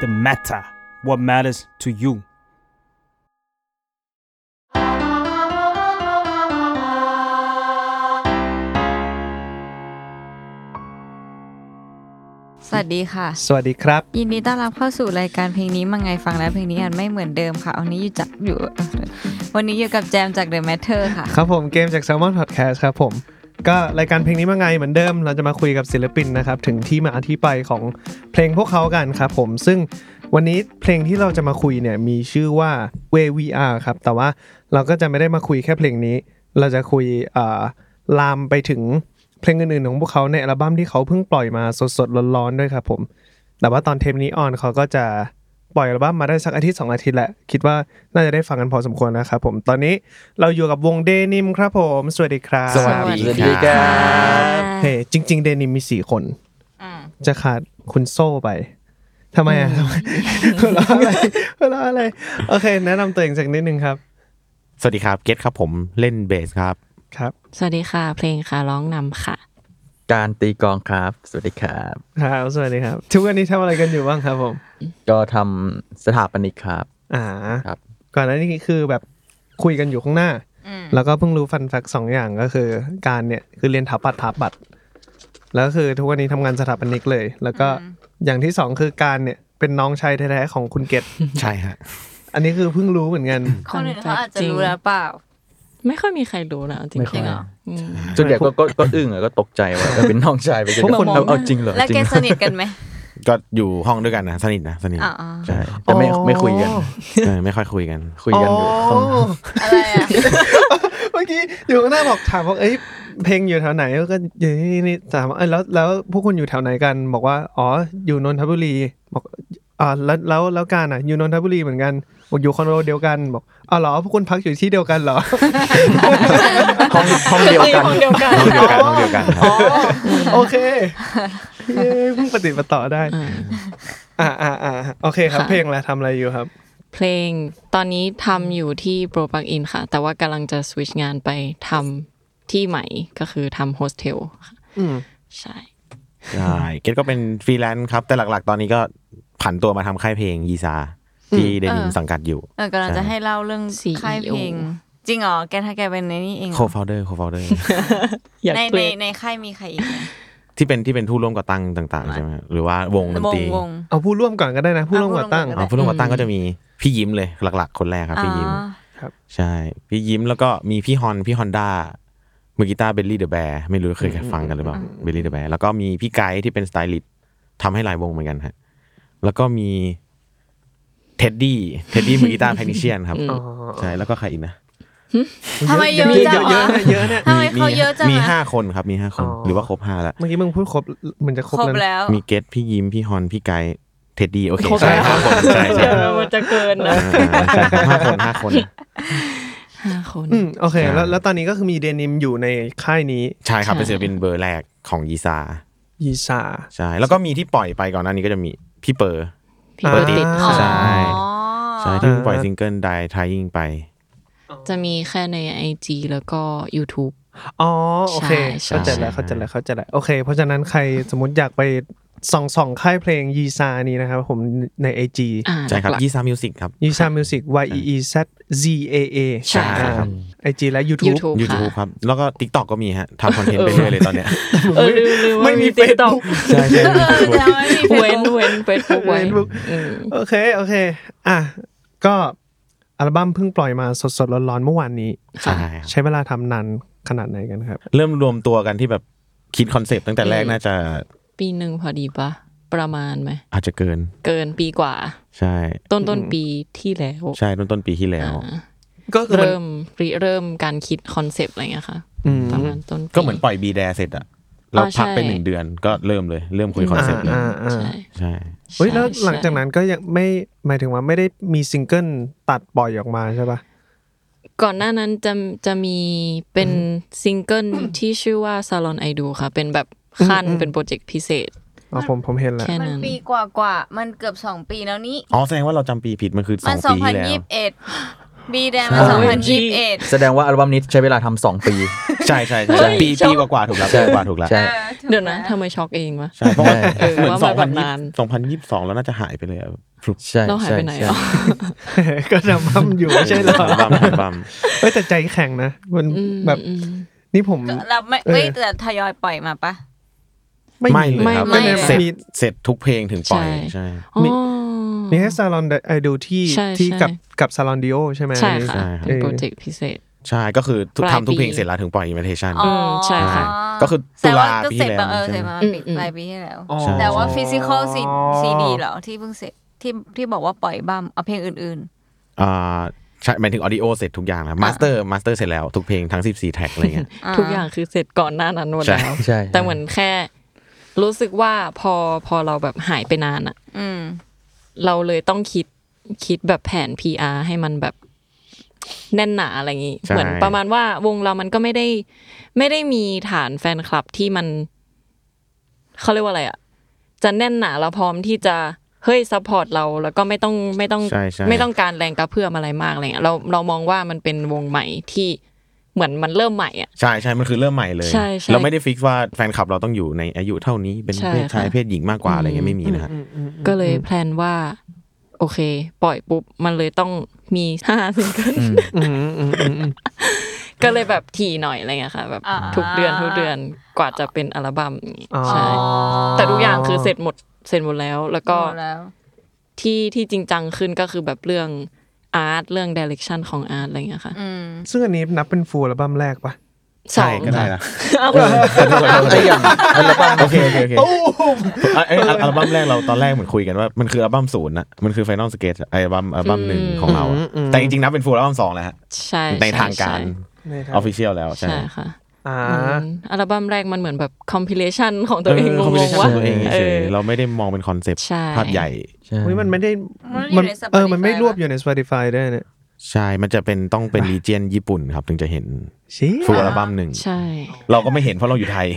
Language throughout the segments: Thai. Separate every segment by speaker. Speaker 1: the matter, what matters to you.
Speaker 2: สวัสดีค่ะ
Speaker 3: สวัสดีครับ
Speaker 2: ยินดีต้อนรับเข้าสู่รายการเพลงนี้มาไงฟังแล้วเพลงนี้อันไม่เหมือนเดิมค่ะวันนี้อยู่จักอยู่ วันนี้อยู่กับแจมจาก The Matter ค่ะ
Speaker 3: ครับผมเกมจาก Salmon Podcast ครับผม ก็รายการเพลงนี้มาไงเหมือนเดิม เราจะมาคุยกับศิลปินนะครับ ถึงที่มาที่ไปของเพลงพวกเขากันครับผมซึ่งวันนี้เพลงที่เราจะมาคุยเนี่ยมีชื่อว่า Where We Are ครับ แต่ว่าเราก็จะไม่ได้มาคุยแค่เพลงนี้ เราจะคุยเอ่อลามไปถึงเพลงอื่นๆของพวกเขาในอัลบั้มที่เขาเพิ่งปล่อยมาสดๆร้อนๆด้วยครับผม แต่ว่าตอนเทปนี้ออนเขาก็จะปล่อยอัลบั้มมาได้สักอาทิตย์สองอาทิตย์แหละ คิดว่าน่าจะได้ฟังกันพอสมควรนะครับผมตอนนี้เราอยู่กับวงเดนิมครับผมสวัสดีครับ
Speaker 2: สวัสดี
Speaker 4: สวัสดีครับ
Speaker 3: เฮ้ยจริง ๆ เดนิมมีสี่คน
Speaker 2: อ่า
Speaker 3: จะขาดคุณโซ่ไปทำไมอ่ะทำไมหัวเราะอะไรหัวเราะอะไรโอเค แนะนำตัวเองสักนิดนึงครับ
Speaker 4: สวัสดีครับเกตครับผมเล่นเบสครับ
Speaker 3: ครับ
Speaker 5: สวัสดีค่ะ เพลงค่ะร้องนำค่ะ
Speaker 6: การตีกลองครับ สวัสดีครับ
Speaker 3: ครับ สวัสดีครับ ทุกวันนี้ทำอะไรกันอยู่บ้างครับผม
Speaker 6: ก็ทำสถาปนิกครับ
Speaker 3: อ่า
Speaker 6: ครับ
Speaker 3: ก่อนหน้านี้คือแบบคุยกันอยู่ข้างหน้า แล้วก็เพิ่งรู้ฟันแฟกสองอย่างก็คือ การเนี่ยคือเรียนถาปัตถาปัตย์แล้วก็คือทุกวันนี้ทำงานสถาปนิกเลย แล้วก็อย่างที่สองคือการเนี่ยเป็นน้องชายแท้ๆของคุณเกต
Speaker 4: ใช่ฮะ
Speaker 3: อันนี้คือเพิ่งรู้เหมือนกัน
Speaker 2: คนอื่นเขาอาจจะรู้แล้วเปล่า
Speaker 5: ไม่ค่อยมีใครรู้นะเอาจริง
Speaker 3: ไม่ค่อย
Speaker 5: ๆอะอืม
Speaker 6: ส่วนใหญ่ก็ก็ก็อึ้งอะก็ตกใจว่าเออเป็นน้องชายไปกัน
Speaker 3: พวกคน
Speaker 6: เอาเอาจริงเหรอ
Speaker 2: แล้ว
Speaker 6: จริ
Speaker 2: แก
Speaker 6: ง
Speaker 2: สนิทกันไหม
Speaker 4: ก็อยู่ห้องด้วยกันนะสนิทนะสนิท
Speaker 2: อ๋ออ๋อ
Speaker 6: ใช่แต่ไม่ไม่คุยกัน
Speaker 4: เออไม่ค่อยคุยกัน
Speaker 6: คุยกันอยู่ข้างนอก
Speaker 2: อะไรอ่ะ
Speaker 3: เมื่อกี้อยู่ข้างหน้าบอกถามว่าเอ้ยเพลงอยู่แถวไหนแล้วก็อยู่นี่นี่ถามว่าเอ้ยแล้วแล้วพวกคุณอยู่แถวไหนกัน บอกว่าอ๋ออยู่นนทบุรีบอกอ่าแล้วแล้วแล้วการอ่ะอยู่นนทบุรีเหมือนกันบอกอยู่คอนโดเดียวกันบอกอ๋อเหรอพวกคุณพักอยู่ที่เดียวกันเหรอ
Speaker 6: ห้องห้องเดียวกัน
Speaker 4: ห้องเดียวกันห้องเดียวกันครับ
Speaker 3: โอเคเย้เพิ่งปฏิดประต่อได้ อ่าอ่าอ่าโอเคครับ เพลงแล้วทำอะไรอยู่ครับ
Speaker 5: เพลงตอนนี้ทำอยู่ที่โปรปักอินค่ะ แต่ว่ากำลังจะสวิชงานไปทำที่ใหม่ก็คือทำโฮสเทลค่ะ
Speaker 3: อืม
Speaker 5: ใช่
Speaker 4: ใช่เกตก็เป็นฟรีแลนซ์ครับ แต่หลักๆ ตอนนี้ก็ผันตัวมาทำค่ายเพลงยีซาที่เดนิมสังกัดอยู่
Speaker 2: เออกำลังจะให้เล่าเรื่องค่ายเพลง จริงเหรอแกถ้าแกเป็นในนี่เองเหร
Speaker 4: โค
Speaker 2: อ
Speaker 4: ฟาวเดอร์โคฟาวเดอร์
Speaker 5: อยาก
Speaker 2: ใน
Speaker 5: เป
Speaker 2: ใน
Speaker 5: ลี่ยน
Speaker 2: ในค่ายมีใครอีกไหม
Speaker 4: ที่เป็นที่เป็นผู้ร่วมก่อตั้งต่างๆใช่ไหมหรือว่าวงดน
Speaker 2: วง
Speaker 4: ตรี
Speaker 2: วง
Speaker 3: เอาผู้ร่วมก่อนก็ได้นะผู้ร่วมก่อตั้ง
Speaker 2: อ่ะ
Speaker 4: อ๋อผู้ร่วมก่อตั้งก็จะมีพี่ยิ้มเลยหลัก ๆ คนแรกครับ
Speaker 2: อ๋อ
Speaker 4: พี่ยิ้ม ใช่ พี่ยิ้มแล้วก็มีพี่ฮอน พี่ฮอนด้ามือกีตาร์เบลลี่เดอะแบร์ไม่รู้เคยฟังกันหรือเปล่าเบลลี่เดอะแบร์แล้วก็มีพี่ไกด์ที่เป็นสไตลิสต์ทำให้หลายวงเหมือนกันฮะแล้วก็มีเท็ดดี้เท็ดดี้มือกีตาร์แพนิเชียนครับ
Speaker 3: อ๋อ
Speaker 4: ใช่แล้วก็ใครอีกนะ
Speaker 2: ทำไมเยอะ
Speaker 3: เยอะ
Speaker 2: จัง
Speaker 3: เยอะ
Speaker 2: วะ
Speaker 3: นะเยอะนะ
Speaker 2: ทำไมเขาเยอะจังอะ
Speaker 4: มีห้าคนครับมีห้าคน
Speaker 3: อ๋อ
Speaker 4: หรือว่าครบห้าละ
Speaker 3: เมื่อกี้มึงพูดครบเหมันจะครบ
Speaker 2: ครบ
Speaker 3: แล้วนะ
Speaker 2: แล้ว
Speaker 4: มีเกตพี่ยิ้มพี่ฮอนพี่ไกด์เท็ดดี้โอเค
Speaker 3: ครบ
Speaker 4: ใช่
Speaker 3: แล้ว
Speaker 4: ห้าคนใช่ใช่
Speaker 5: เดี๋ยวมันจะเกินนะ
Speaker 4: ใช่ห้าคนห้าคน
Speaker 5: ห้าคน
Speaker 3: อืมโอเค
Speaker 4: ใช่
Speaker 3: แล้วแล้วตอนนี้ก็คือมีเดนิมอยู่ในค่ายนี้
Speaker 4: ใช่ครับเป็นศิลปินเบอร์แรกของยีซา
Speaker 3: ยีซา
Speaker 4: ใช่แล้วก็มีที่ปล่อยไปก่อนหน้านี้ก็จะมีพี่เปอร์
Speaker 5: พี่เบอร์ติด
Speaker 3: อ่า
Speaker 5: ค่ะ
Speaker 4: ใช่
Speaker 2: อ๋อ
Speaker 4: ใช่ที่เพิ่ง
Speaker 3: อ่า
Speaker 4: ปล่อยซิงเกิลไดทายิงไป
Speaker 5: จะมีแค่ใน IG แล้วก็ YouTube
Speaker 3: อ๋อโอเค
Speaker 5: ใช่
Speaker 3: เข้าใจแล้วเข้าใจแล้วเข้าใจแล้วโอเค เพราะฉะนั้นใครสมมติอยากไปส่องส่องค่ายเพลงยีซานี้นะครับผมใน IG
Speaker 5: อ่า
Speaker 4: ใช่ครับ
Speaker 5: หลักๆ
Speaker 4: ยี่ซามิวสิกครับ
Speaker 3: ยีซามิวสิก Y E E Z Z A A
Speaker 5: ใช่ครับ
Speaker 3: ไอจีและ YouTube
Speaker 5: YouTube ค่ะ
Speaker 4: YouTube ครับ แล้วก็ TikTok ก็มีฮะทำคอนเทนต์ไปเรื่อยเลยตอนเนี้ย
Speaker 5: เออลืมลืมว่า
Speaker 3: ไม่มี
Speaker 5: มี TikTok
Speaker 4: ใช่ใช่
Speaker 2: เออแล้วไม่มี
Speaker 5: เว้นเว้นเฟซบุ๊กไว้
Speaker 3: เว้น Facebook
Speaker 5: อืม
Speaker 3: โอเคโอเค อ่ะ ก็อัลบั้มเพิ่งปล่อยมาสดๆร้อนๆเมื่อวานนี้
Speaker 4: ใช่ครับ
Speaker 3: ใช้เวลาทำนานขนาดไหนกันครับ
Speaker 4: เริ่มรวมตัวกันที่แบบคิดคอนเซปต์ตั้งแต่แรก
Speaker 5: อืม
Speaker 4: น่าจะ
Speaker 5: ปีหนึ่งพอดีปะประมาณไหม
Speaker 4: อาจจะเกิน
Speaker 5: เกินปีกว่า
Speaker 4: ใช่
Speaker 5: ต้นต้นปีที่แล้ว
Speaker 4: ใช่ต้นต้นปีที่แล้ว
Speaker 3: ก็คือมัน
Speaker 5: เริ่มริเริ่มการคิดคอนเซปต์อะไรเงี้ยค่ะ
Speaker 3: อืม
Speaker 5: ประมาณต้นปี
Speaker 4: ก็เหมือนปล่อยบีแดเสร็จอะ เรา
Speaker 5: อ๋อใช่
Speaker 4: พักไปหนึ่งเดือนก็เริ่มเลย เริ่มคุยคอนเซ็ปต์เลย
Speaker 3: อ่าอ่า
Speaker 5: ใช่
Speaker 4: ใช่
Speaker 3: เฮ้ยแล้ว
Speaker 5: ใช่
Speaker 3: หลังจากนั้นก็ยังไม่หมายถึงว่าไม่ได้มีซิงเกิลตัดปล่อยออกมาใช่ป่ะ
Speaker 5: ก่อนหน้านั้นจะจะมีเป็นซิงเกิลที่ชื่อว่า Salon I Do ค่ะ เป็นแบบขั้น
Speaker 3: อืมอืม
Speaker 5: เป็นโปรเจกต์พิเศษ
Speaker 3: อ๋อผมผมเห็นแล้ว
Speaker 5: แค่
Speaker 7: มัน
Speaker 5: นั้น
Speaker 7: ปีกว่ากว่าๆมันเกือบสองปีแล้วนี้
Speaker 4: อ๋อแสดงว่าเราจำปีผิดมันคือส
Speaker 7: มั
Speaker 4: อน ง
Speaker 7: สอง
Speaker 4: ปี
Speaker 7: พัน
Speaker 4: ที่แล้ว
Speaker 7: ยี่สิบเอ็ด บีแดงมัน
Speaker 5: โอ้ย
Speaker 7: สองพันยี่สิบเอ็ด
Speaker 6: แสดงว่าอัลบั้มนี้ใช้เวลาทำสองปี
Speaker 4: ใช่ใช่ใช่
Speaker 6: ใช่
Speaker 4: ปีปีกว่าๆถูกแล้วปีกว่าๆถูกแล้ว
Speaker 6: ใช่
Speaker 5: เดี๋ยวนะทำไมช็อกเองวะ
Speaker 4: ใช่เพราะว่า
Speaker 6: ใช่
Speaker 5: เออ
Speaker 4: เหมือน
Speaker 5: ว่า
Speaker 4: สอนง
Speaker 5: มั
Speaker 4: พัน
Speaker 5: แบบ
Speaker 4: ยี่
Speaker 5: นาน
Speaker 4: สองพันยี่สิบสองแล้วน่าจะหายไปเลยอะ ฟลุก
Speaker 6: ใช่
Speaker 5: เราหายไปไหน
Speaker 6: ใช่
Speaker 5: หรอ
Speaker 6: ใช่
Speaker 3: ก็ทำมั่ม อยู่ไม่ใช่เหรอ
Speaker 4: อัลบั้มอัลบั้ม
Speaker 3: เฮ้ยแต่ใจแข็งนะมัน
Speaker 5: อืม
Speaker 3: แบบ
Speaker 5: อืม
Speaker 3: นี่ผม
Speaker 7: เราไม่
Speaker 3: เออ
Speaker 7: เอ้ยแต่ทยอยปล่อยมาปะ
Speaker 4: ไม่เลยครับ
Speaker 5: ไม่เลย
Speaker 4: เสร็จ
Speaker 3: มี
Speaker 4: เสร็จทุกเพลงถึงปล่อย
Speaker 5: ใช่
Speaker 4: ใช่
Speaker 5: อ๋อ
Speaker 3: มี มีให้ซาลอนไอดูที่
Speaker 5: ใช่
Speaker 3: ที่
Speaker 5: ใช่
Speaker 3: กับกับซาลอนดิโอใช่ไหม
Speaker 5: ใช่
Speaker 3: อันนี้
Speaker 5: ค่ะ
Speaker 4: ใช่
Speaker 5: เป็นโปรเจกต์พิเศษ
Speaker 4: ใช่ก็คือทุก
Speaker 5: ปลาย
Speaker 4: ทำทุกเพลง
Speaker 5: ปี
Speaker 4: เสร็จแล้วถึงปล่อย invitation
Speaker 7: อ๋อ
Speaker 5: ใช่ค่ะ
Speaker 4: ก็คือตุลาปีที่
Speaker 7: แล้
Speaker 4: แล้ว
Speaker 7: เออเส
Speaker 4: ใช่
Speaker 7: ร็จ
Speaker 4: ไหม
Speaker 7: มา
Speaker 5: อืม
Speaker 7: ปี
Speaker 5: อืม
Speaker 7: ปลายปีที่แล้ว
Speaker 3: อ๋อ
Speaker 4: ใช่
Speaker 7: แต่ว่าฟิสิกอลซีดีเหรอที่เพิ่งเสร็จที่ที่บอกว่าปล่อยอัลบัมเอาเพลงอื่น
Speaker 4: อ่าใช่หมายถึงออดิโอเสร็จทุกอย่างแล้วมาสเตอร์มาสเตอร์เสร็จแล้วทุกเพลงทั้ง 14 แท็กอะไรเงี้ย
Speaker 7: อ่า
Speaker 5: ทุกอย่างคือเสร็จก่อนหน้านั้นหมด
Speaker 4: ใช่
Speaker 5: แล้ว
Speaker 6: ใช่
Speaker 5: แต่เหมือนแค่ รู้สึกว่าพอพอเราแบบหายไปนานอะ
Speaker 7: ๆ อืม
Speaker 5: เราเลยต้องคิดคิดแบบแผน PR ให้มันแบบแน่นหนาอะไรอย่างงี้
Speaker 4: ใช่
Speaker 5: เหมือนประมาณว่าวงเรามันก็ไม่ได้ ไม่ได้มีฐานแฟนคลับที่มันเขาเรียกว่าอะไรอะจะแน่นหนาเราพร้อมที่จะเฮ้ยซัพพอร์ตเราแล้วก็ไม่ต้องไม่ต้อง
Speaker 4: ใช่ใช่
Speaker 5: ไม่ต้องการแรงกระเพื่อมอะไรมากอะไรเงี้ยเราเรามองว่ามันเป็นวงใหม่ที่เหมือนมันเริ่มใหม่อ่ะ
Speaker 4: ใช่ใช่มันคือเริ่มใหม่เลย
Speaker 5: ใช่ใช่
Speaker 4: เราไม่ได้ฟิกว่าแฟนคลับเราต้องอยู่ในอายุเท่านี้เป็น
Speaker 5: ใช่
Speaker 4: เพศชาย
Speaker 5: ค่ะ
Speaker 4: เพศหญิงมากกว่าอะไรเงี้ยไม่มีนะฮะ
Speaker 5: ก็เลยแพลนว่า โอเค ปล่อยปุ๊บ มันเลยต้องมี ห้าซิงเกิล
Speaker 3: อืมอืมอืมอืม
Speaker 5: ก็เลยแบบถี่หน่อยอะไรเงี้ยค่ะ แบบ
Speaker 7: อ่า
Speaker 5: ทุกเดือนทุกเดือนกว่าจะเป็นอัลบั้มอย่างงี้
Speaker 3: อ๋อ
Speaker 5: ใช่แต่ทุกอย่างคือเสร็จหมดเสร็จหมดแล้ว แล้วก็
Speaker 7: แล้ว
Speaker 5: ที่ที่จริงจังขึ้นก็คือแบบเรื่องอาร์ตเรื่องดเรกชันของอาร์ตอะไรเงี้ยค่ะ
Speaker 7: อืม
Speaker 3: ซึ่งอันนี้นับเป็นฟูลอัลบั้มแรกปะ
Speaker 5: สอง
Speaker 4: ก็ได้
Speaker 5: ค่ะ
Speaker 4: ละไอ้ยังอัลบั้มโอเคโอเคโอเคอ่ะไอ้อัลอัลบั้มแรกเราตอนแรกเหมือนคุยกันว่ามันคืออัลบั้มศูนย์นะมันคือไฟนอลสเกตอัลบั้มอัลบั้มหนึ่งของเราอะแต่จริงๆนับเป็นฟูลอัลบั้มสองแล้วฮะ
Speaker 5: ใช่
Speaker 4: ในทางการ
Speaker 5: ใช่
Speaker 3: ใน
Speaker 4: อ
Speaker 3: ทาง
Speaker 4: อฟฟิเชียลแล้ว ใช่
Speaker 5: ใช่ค่ะ
Speaker 3: อ่า
Speaker 5: อืมอัลบั้มแรกมันเหมือนแบบคอมพิเลชันของตัวเอ
Speaker 4: เอ
Speaker 5: ง
Speaker 4: อ
Speaker 5: งง
Speaker 4: competition
Speaker 5: ๆ
Speaker 4: ข
Speaker 5: ว่า
Speaker 4: องตัวเอง
Speaker 5: เอ
Speaker 4: เฉย
Speaker 5: อ
Speaker 4: ๆเราไม่ได้มองเป็นคอนเซปต์
Speaker 5: ใช่
Speaker 4: ภาพใหญ่
Speaker 3: เฮ้ยมันไม่ได้
Speaker 7: มั
Speaker 3: มัน
Speaker 7: อยู่
Speaker 3: น
Speaker 7: ใน Spotify
Speaker 3: เออมันไม่รวบ
Speaker 7: ปะ
Speaker 3: อยู่ใน Spotify ด้วยเนี่ย
Speaker 4: ใช่ มันจะเป็นต้องเป็นรีเจนญี่ปุ่นครับ ถึงจะเห็น
Speaker 3: ชี้
Speaker 4: ฟูลอัลบั้มหนึ่ง
Speaker 5: ใช่
Speaker 4: เราก็ไม่เห็นเพราะเราอยู่ไท ย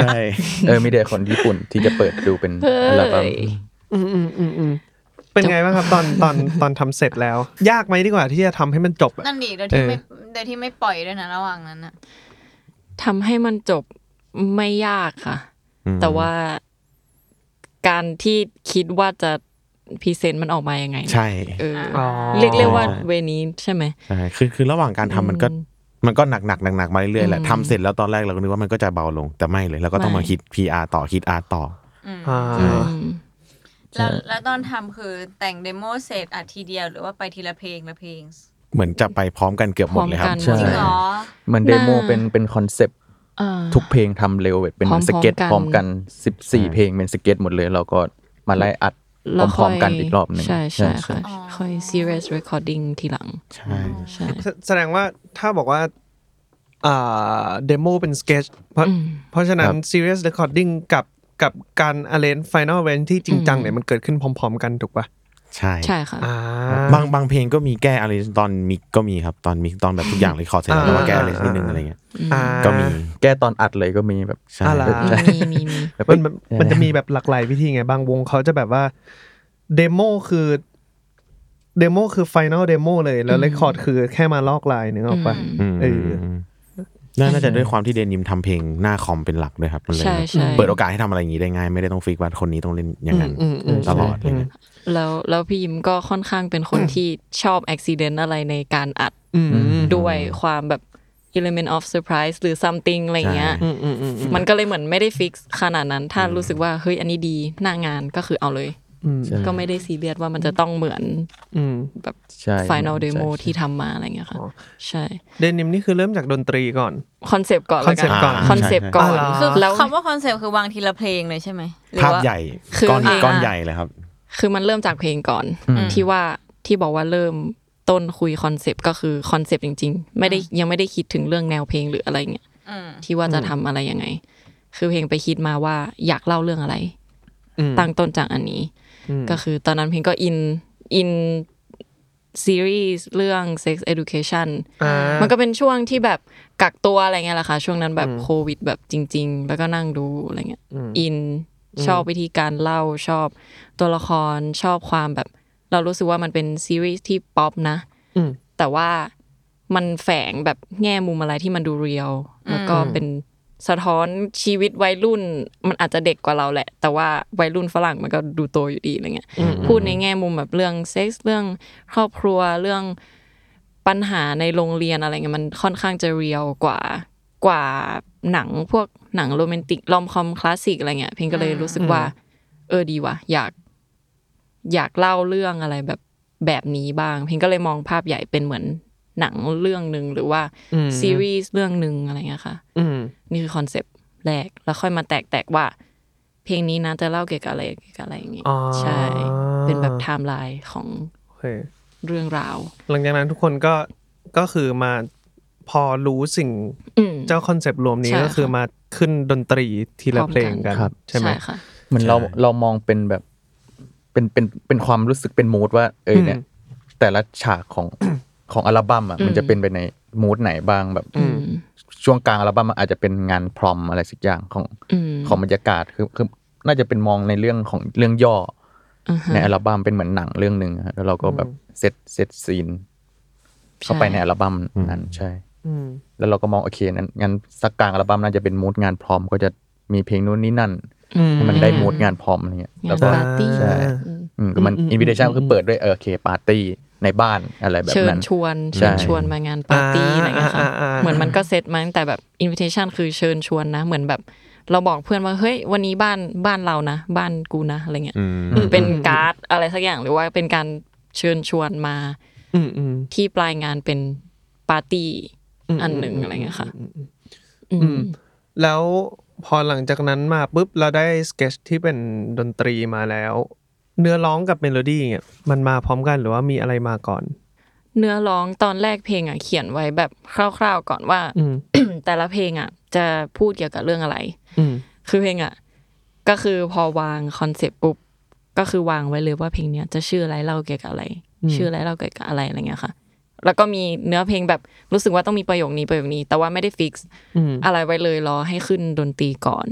Speaker 4: ใช่
Speaker 6: เออมีแต่คนญี่ปุ่นที่จะเปิดดูเป็นอัลบั้ม
Speaker 5: เอ้ย
Speaker 3: อืมอืมอืมอืมเป็นไงบ้างครับตอนตอนตอนทำเสร็จแล้ว ยากไหมดีกว่าที่จะทำให้มันจบอะ
Speaker 7: นั่นดิโดยที่
Speaker 3: เออ
Speaker 7: ไม่โดยที่ไม่ปล่อยด้วยนะระหว่างนั้นอะ
Speaker 5: ทำให้มันจบไม่ยากค่ะ
Speaker 4: อืม
Speaker 5: แต่ว่าการที่คิดว่าจะพรีเซนต์มันออกมายังไงนะ
Speaker 4: ใช่
Speaker 5: เออ
Speaker 3: อ๋อ
Speaker 5: เรียกเรียกว่าเวนี้ใช่ไหม
Speaker 4: ใช่คือคือระหว่างการทำมันก็
Speaker 5: อืม
Speaker 4: มันก็หนักหนักหนักหนักๆมาเรื่อยๆแหละ
Speaker 5: อืม
Speaker 4: ทำเสร็จแล้วตอนแรกเราก็นึกว่ามันก็จะเบาลงแต่ไม่เลยเราก็ต้อง
Speaker 5: ไม่
Speaker 4: มาคิด PR ต่อคิดอาร์ตต่อ
Speaker 3: อ่า
Speaker 4: ใช่
Speaker 5: อืม
Speaker 7: แล้วแล้วตอนทำคือแต่งเดโมเสร็จอัดทีเดียวหรือว่าไปทีละเพลงละเพลง
Speaker 4: เหมือนจะไปพร้อมกันเกือบหมดเลยครับ
Speaker 5: พ
Speaker 6: ใช่
Speaker 5: ร้อม
Speaker 7: จริง
Speaker 5: กัน
Speaker 7: เหรอ
Speaker 6: เหมือนเดโมเป็นเป็นคอนเซปต์
Speaker 5: อ่า
Speaker 6: ทุกเพลงทำเร็วแบบเป็น
Speaker 5: พร้อมๆ
Speaker 6: สเก็ต
Speaker 5: กัน
Speaker 6: พร้อมกัน 14 เพลงเป็นสเก็ตหมดเลย เราก็มาไล่อัด
Speaker 5: แล้ว
Speaker 6: พร้อมๆกันอีกรอบหนึ่ง
Speaker 5: ใช่ใช่ค่ะค่อย serious recording ทีหลัง
Speaker 4: ใช่
Speaker 5: ใช่
Speaker 3: แสแสดงว่าถ้าบอกว่า อ่าเดโมเป็นสเกจเพราะเพราะฉะนั้น serious recording กับกับการ arrange final arrange ที่จริงจังเนี่ยมันเกิดขึ้นพร้อม ๆ กันถูกปะ
Speaker 4: ใช่
Speaker 5: ใช่ค่ะ
Speaker 3: อ่า
Speaker 4: บางบางเพลงก็มีแก้อะไรตอนมิกก็มีครับตอนมิกตอนแบบทุกอย่างเลยคอร์ดเสร็จแล้วเราก็แก้อะไรนิดนึงอะไรเงี้ย
Speaker 3: อ่า
Speaker 4: ก็มี
Speaker 6: แก้ตอนอัดเลยก็มีแบบ
Speaker 4: ใช่
Speaker 3: อะไรอ
Speaker 5: มีมีมี
Speaker 3: มันมันมันจะมีแบบหลากหลายวิธีไง บางวงเขาจะแบบว่าเดโมคือเดโมคือไฟน a ลเดโมเลยแล้วเรคคอร์ดคือแค่มาลอกลายนึกออกปะ
Speaker 4: อืม
Speaker 3: เออ
Speaker 4: นาน่าจะด้วยความที่เดนิมทำเพลงหน้าคอมเป็นหลักด้วยครับมันเลย
Speaker 5: ใช่
Speaker 4: แบบ
Speaker 5: ใช่
Speaker 4: เปิดโอกาสให้ทำอะไรอย่างนี้ได้ง่าย ไม่ได้ต้องฟิกว่าคนนี้ต้องเล่นอย่างนั้น
Speaker 3: อืมอืมอืม
Speaker 4: ตลอดอะไรเงี้ย
Speaker 5: แล้วแล้วพี่ยิ้มก็ค่อนข้างเป็นคนที่ชอบอุบิเหตุอะไรในการอัด
Speaker 3: อืม
Speaker 5: ด้วยความแบบ element of surprise หรือ something อะไรอย่างเงี้ย
Speaker 3: อืมอืมอืม
Speaker 5: มันก็เลยเหมือนไม่ได้ฟิกขนาดนั้น ถ้ารู้สึกว่า เฮ้ย อันนี้ดีหน้างานก็คือเอาเลย
Speaker 3: อืม
Speaker 5: ก็ไม่ได้ซีเรียสว่ามันจะต้องเหมือน
Speaker 3: อืม
Speaker 5: แบบ
Speaker 6: ใช่
Speaker 5: final
Speaker 6: ใช่
Speaker 5: demo
Speaker 6: ใช่
Speaker 5: ที่ทำมาอะไรอย่างเงี้ยค่ะ ใช่
Speaker 3: เดนิมนี่คือเริ่มจากดนตรีก่อน
Speaker 5: คอนเซปต์ก่อนละกัน
Speaker 3: concept ก่อน
Speaker 5: คอนเซปต์ก่อน
Speaker 3: อ่า
Speaker 7: คือ
Speaker 5: แล้ว
Speaker 7: คำว่าคอนเซปต์คือวางทีละเพลงเลยใช่ไหมรือ
Speaker 4: ภาพ
Speaker 7: ว่
Speaker 4: ใหญ่
Speaker 5: คือ
Speaker 4: ก้อน
Speaker 5: อ่า
Speaker 4: ก้อนใหญ่เลยครับ
Speaker 5: คือมันเริ่มจากเพลงก่อน ที่ว่าที่บอกว่าเริ่มต้นคุยคอนเซปต์ก็คือคอนเซปต์จริง ๆ ไม่ได้ยังไม่ได้คิดถึงเรื่องแนวเพลงหรืออะไรเงี้ย
Speaker 7: อืม
Speaker 5: ที่ว่าจะทำอะไรยังไง คือเพลงไปคิดมาว่าอยากเล่าเรื่องอะไร ตั้งต้นจากอันนี้ ก็คือตอนนั้นเพลงก็อินอินซีรีส์เรื่อง sex education มันก็เป็นช่วงที่แบบกักตัวอะไรเงี้ยแหละค่ะ ช่วงนั้นแบบโควิดแบบจริง ๆ แล้วก็นั่งดูอะไรเงี้ยอินชอบวิธีการเล่าชอบตัวละครชอบความแบบ เรารู้สึกว่ามันเป็นซีรีส์ที่ป๊อปนะ
Speaker 3: อืม
Speaker 5: แต่ว่ามันแฝงแบบแง่มุมอะไรที่มันดูเรียลแล้วก็เป็นสะท้อนชีวิตวัยรุ่น มันอาจจะเด็กกว่าเราแหละ แต่ว่าวัยรุ่นฝรั่งมันก็ดูโตอยู่ดีอะไรเงี้ยพูดในแง่มุมแบบเรื่องเซ็กส์เรื่องครอบครัวเรื่องปัญหาในโรงเรียนอะไรเงี้ยมันค่อนข้างจะเรียลกว่ากว่าหนังพวกหนังโรแมนติกลอมคอมคลาสสิกอะไรเงี้ยเพียงก็เลยรู้สึกว่า เออดีว่ะอยาก อยากเล่าเรื่องอะไรแบบแบบนี้บ้าง เพียงก็เลยมองภาพใหญ่เป็นเหมือนหนังเรื่องหนึ่งหรือว่าซีรีส์เรื่องหนึ่งอะไรเงี้ยค่ะนี่คือคอนเซปต์แรกแล้วค่อยมาแตกแตกว่า เพลงนี้นะจะเล่าเกี่ยวกับอะไรเกี่ยวกับอะไรอย่างงี้
Speaker 3: อ๋อ
Speaker 5: ใช่ เป็นแบบไทม์ไลน์ของ
Speaker 3: โอเค
Speaker 5: เรื่องราว
Speaker 3: หลังจากนั้นทุกคนก็ก็คือมาพอรู้สิ่ง
Speaker 5: อืม
Speaker 3: เจ้าคอนเซปต์รวมนี้
Speaker 5: ใช่
Speaker 3: ก็คือ
Speaker 5: ค่ะ
Speaker 3: มาขึ้นดนตรีทีละเพลงกัน
Speaker 6: พร้อมกันครับ
Speaker 3: ใช่ไหม
Speaker 5: ค่ะ
Speaker 6: เหมือนเรา
Speaker 4: ใช่
Speaker 6: เรามองเป็นแบบเป็นเป็นเป็นความรู้สึกเป็นมูดว่าเอยเนี่ย
Speaker 3: อืม
Speaker 6: แต่ละฉากของ ของอัลบั้มอ่ะมันจะเป็นไปในมูดไหนบ้างแบบช่วงกลางอัลบั้มมันอาจจะเป็นงานพรอมอะไรสักอย่างของ
Speaker 5: อืม
Speaker 6: ของบรรยากาศคือคือน่าจะเป็นมองในเรื่องของเรื่องย่อ
Speaker 5: อ่า
Speaker 6: อ
Speaker 5: ฮะ
Speaker 6: ในอัลบั้มเป็นเหมือนหนังเรื่องหนึ่งอะแล้วเราก็แบบเซตเซตซีน เข้าไปในอัลบั้มนั้นใช่
Speaker 3: อืม
Speaker 6: แล้วเราก็มองโอเคนั้นงั้นสักกลางอัลบั้มน่าจะเป็นมูดงานพรอม ก็จะมีเพลงนู้นนี่นั่นให้มันได้มูดงานพรอมอะไรเงี้ย
Speaker 5: งาน
Speaker 6: แล้วก็
Speaker 5: ปาร์ตี้
Speaker 6: ใช่
Speaker 5: อืม
Speaker 6: อืมก็มัน
Speaker 3: อืมอืม
Speaker 6: อินวิเดชัน
Speaker 3: อืม
Speaker 6: คือเปิดด้วยเออโอเคปาร์ตี้ในบ้านอะไรแบบ
Speaker 5: เชิญ
Speaker 6: นั้น
Speaker 5: ชวนเชิญ
Speaker 6: ใช่
Speaker 5: ชวนมางานปาร์ตี้อะไรเงี้ยค่ะ
Speaker 3: อ่าอ่าอ่า
Speaker 5: เหมือนมันก็เซตมาตั้งแต่แบบอินวิเทชันคือเชิญชวนนะ เหมือนแบบเราบอกเพื่อนว่าเฮ้ยวันนี้บ้านบ้านเรานะ บ้านกูนะอะไรเงี้ย
Speaker 4: อืม
Speaker 5: เป็นการ์ดอะไรสักอย่างหรือว่าเป็นการเชิญชวนมา
Speaker 3: อืมอืม
Speaker 5: ที่ปลายงานเป็นปาร์ตี้
Speaker 3: ม
Speaker 5: อันหนึ่งอะไรเงี้ยค่ะ
Speaker 3: อืมแล้วพอหลังจากนั้นมาปุ๊บเราได้สเก็ตที่เป็นดนตรีมาแล้ว เนื้อร้องกับเมโลดี้เนี่ยมันมาพร้อมกันหรือว่ามีอะไรมาก่อน
Speaker 5: เนื้อร้องตอนแรกเพลงอ่ะเขียนไว้แบบคร่าวๆก่อนว่า
Speaker 3: อืม
Speaker 5: แต่ละเพลงอ่ะ จะพูดเกี่ยวกับเรื่องอะไร
Speaker 3: อืม
Speaker 5: คือเพลงอ่ะก็คือพอวางคอนเซปต์ปุ๊บก็คือวางไว้เลยว่าเพลงเนี้ยจะชื่ออะไรเล่าเกี่ยวกับอะไร ชื่ออะไรเล่าเกี่ยวกับอะไรอะไรเงี้ยค่ะ แล้วก็มีเนื้อเพลงแบบรู้สึกว่าต้องมีประโยคนี้ประโยคนี้ แต่ว่าไม่ได้ฟิกซ์
Speaker 3: อืม
Speaker 5: อะไรไว้เลยรอให้ขึ้นดนตรีก่อน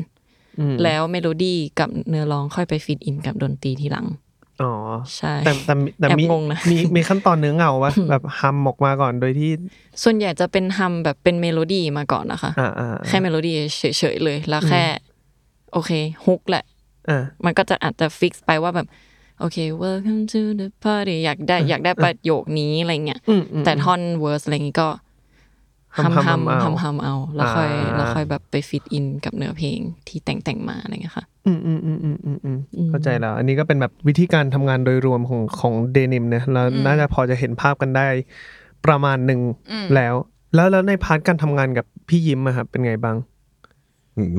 Speaker 3: อืม
Speaker 5: แล้วเมโลดี้กับเนื้อร้องค่อยไปฟิตอินกับดนตรีทีหลัง
Speaker 3: อ๋อ
Speaker 5: ใช่
Speaker 3: แต่แต่มีแต่มี
Speaker 5: แอบงงนะ
Speaker 3: มีมีขั้นตอนเนื้อเงาว่าแบบฮัมออกมาก่อนโดยที่
Speaker 5: ส่วนใหญ่จะเป็นฮัมแบบเป็นเมโลดี้มาก่อนนะคะ
Speaker 3: อ่าอ่า
Speaker 5: แค่เมโลดี้เฉยๆเลยแล้วแค่โอเคฮุกแหละ
Speaker 3: อ่า
Speaker 5: มันก็จะอาจจะฟิกซ์ไปว่าแบบ โอเค welcome to the party อยากได้อยากได้ประโยคนี้อะไรเงี้ย
Speaker 3: อืมอืม
Speaker 5: แต่ท่อน verse อะไรเงี้ยก็
Speaker 3: หำ
Speaker 5: ทำ
Speaker 3: หำ
Speaker 5: ทำ
Speaker 3: เอา
Speaker 5: ทำทำเอา แล้วค่อย
Speaker 3: อ่า
Speaker 5: แล้วค่อยแบบไปฟิตอินกับเนื้อเพลงที่แต่งแต่งๆมาอะไรเงี้ยค่ะ
Speaker 3: อืมอืมอืมอืมอืมอืมเข้าใจแล้ว อันนี้ก็เป็นแบบวิธีการทำงานโดยรวมของของเดนิมนะแล้วน่าจะพอจะเห็นภาพกันได้ประมาณหนึ่งแล้ว แล้วแล้วในพาร์ทการทำงานกับพี่ยิ้มอะครับเป็นไงบ้าง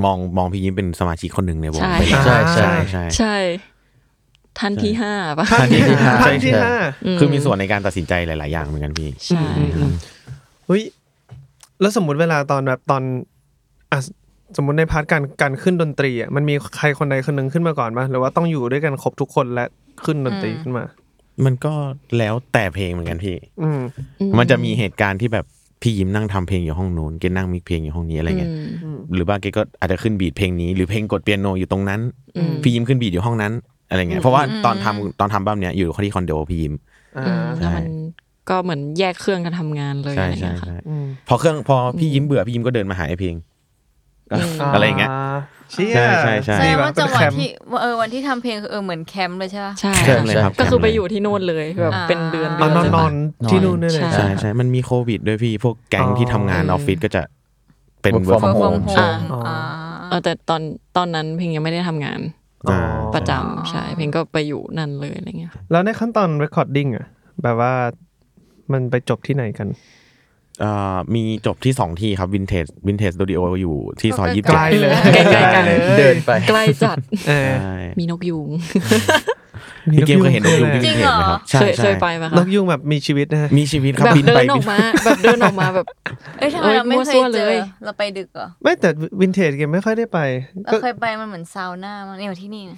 Speaker 4: มองมองพี่ยิ้มเป็นสมาชิกคนหนึ่งในวง
Speaker 5: ใช่
Speaker 4: ไปแล้ว
Speaker 6: ใช่ใช่
Speaker 4: ใช่ใช่
Speaker 5: ใช่ท่านที่ห้าป่ะ
Speaker 3: พาร์ทที่ห้า
Speaker 6: ใช่
Speaker 3: พาร์ทที่
Speaker 6: ใช่
Speaker 3: ห้า
Speaker 4: คือมีส่วนในการตัดสินใจหลาย ๆ อย่างเหมือนกันพี่
Speaker 5: ใช่
Speaker 3: เฮ้ยแล้วสมมติเวลาตอนแบบตอนอ่ะสมมติในพาร์ทการการขึ้นดนตรีอะมันมีใครคนใดคนหนึ่งขึ้นมาก่อนไหมหรือว่าต้องอยู่ด้วยกันครบทุกคนและขึ้นดนตรีขึ้นมา
Speaker 4: มันก็แล้วแต่เพลงเหมือนกันพี่
Speaker 3: อืม
Speaker 4: มันจะมีเหตุการณ์ที่แบบพี่ยิ้มนั่งทำเพลงอยู่ห้องนู้นเกณนั่งมิกเพลงอยู่ห้องนี้อะไรเงี้ย หรือว่าเกณก็อาจจะขึ้นบีทเพลงนี้ หรือเพลงกดเปียโนอยู่ตรงนั้น พี่ยิ้มขึ้นบีทอยู่ห้องนั้นอะไรเงี้ย เพราะว่าตอนทำตอนทำบ้ามเนี้ยอยู่ที่คอนโดพี่ยิ้ม
Speaker 5: อืมแล้วมันก็เหมือนแยกเครื่องกันทำงานเลย
Speaker 4: ใช่
Speaker 5: อะไร
Speaker 4: ใช่
Speaker 5: เงี้ยค่ะ
Speaker 4: ใช่พอเครื่องพอพี่ยิ้มเบื่อพี่ยิ้มก็เดินมาหาไอ้เพลงก็อะไรอย่างเงี้ย
Speaker 3: เชี่ย
Speaker 4: ใช่ใช่ใช่
Speaker 7: แสดงว่าจังหวะ
Speaker 3: แคมป์
Speaker 7: ที่เออวันที่ทำเพลงคือเออเหมือนแคมป์เลยใช่ปะ
Speaker 5: ใช่
Speaker 4: แคมป์เลยครับ
Speaker 5: ก็คือ
Speaker 4: แคมป์เลย
Speaker 5: ไปอยู่ที่โน่นเลยแบบ
Speaker 7: อ่า
Speaker 5: เป็นเดือน
Speaker 3: อ๋อ
Speaker 5: เดือน
Speaker 3: นอน
Speaker 5: เลย
Speaker 3: นอนที่นู่นด้วยเลย
Speaker 5: ใช่
Speaker 4: ใช่ใช่มันมีโควิดด้วยพี่ พวกแก๊งที่ทำงานออฟฟิศก็จะเป็น
Speaker 6: Work
Speaker 4: work
Speaker 6: from
Speaker 4: from
Speaker 6: home
Speaker 4: home
Speaker 5: อ่า
Speaker 3: อ๋ออ๋อ
Speaker 5: เออแต่ตอนตอนนั้นเพลงยังไม่ได้ทำงาน
Speaker 3: อ๋อ
Speaker 5: ประจำใช่เพลงก็ไปอยู่นั่นเลยอะไรเงี้ยค่ะ
Speaker 3: แล้วในขั้นตอน recording อะแบบว่ามันไปจบที่ไหนกัน
Speaker 4: เอ่อมีจบที่สองที่ครับวินเทจวินเทจสตูดิโออยู่ที่ซอยยี่สิบ
Speaker 3: ไกล
Speaker 4: เจ็ด
Speaker 3: เลย
Speaker 5: ใกล้ๆกัน
Speaker 6: เดินไป
Speaker 5: ใกล้จัด
Speaker 3: เออ
Speaker 4: ใช่
Speaker 5: มีนกยูง
Speaker 4: พี่เกมเคยเห็นนกยุงที่
Speaker 7: จริ
Speaker 4: วิ
Speaker 7: ง
Speaker 4: นเท
Speaker 7: เหร
Speaker 4: จ
Speaker 7: อ
Speaker 4: ไหมครับ
Speaker 5: เคยเค
Speaker 4: ใช่
Speaker 5: ยไปปะ
Speaker 3: น
Speaker 5: คะ
Speaker 3: กยุงแบบมีชีวิตนะฮะ
Speaker 4: มีชีวิตครับ
Speaker 5: แบบ
Speaker 4: บิน
Speaker 5: เดิ
Speaker 4: ไป
Speaker 5: นออกมา แบบเดินออกมาแบบ
Speaker 7: เอ้ยทำไม
Speaker 5: เอ้ย
Speaker 7: เราไม่
Speaker 5: มั่ว
Speaker 7: เค
Speaker 5: ซั่
Speaker 7: ยว เจอ
Speaker 5: เลย
Speaker 7: เราไปดึกเหรอ
Speaker 3: ไม่แต่วินเทจเกมไม่ค่อยได้ไป
Speaker 7: เรา
Speaker 3: ก็
Speaker 7: เคยไปมันเหมือนซาวน่ามันเนี่ยที่นี่นะ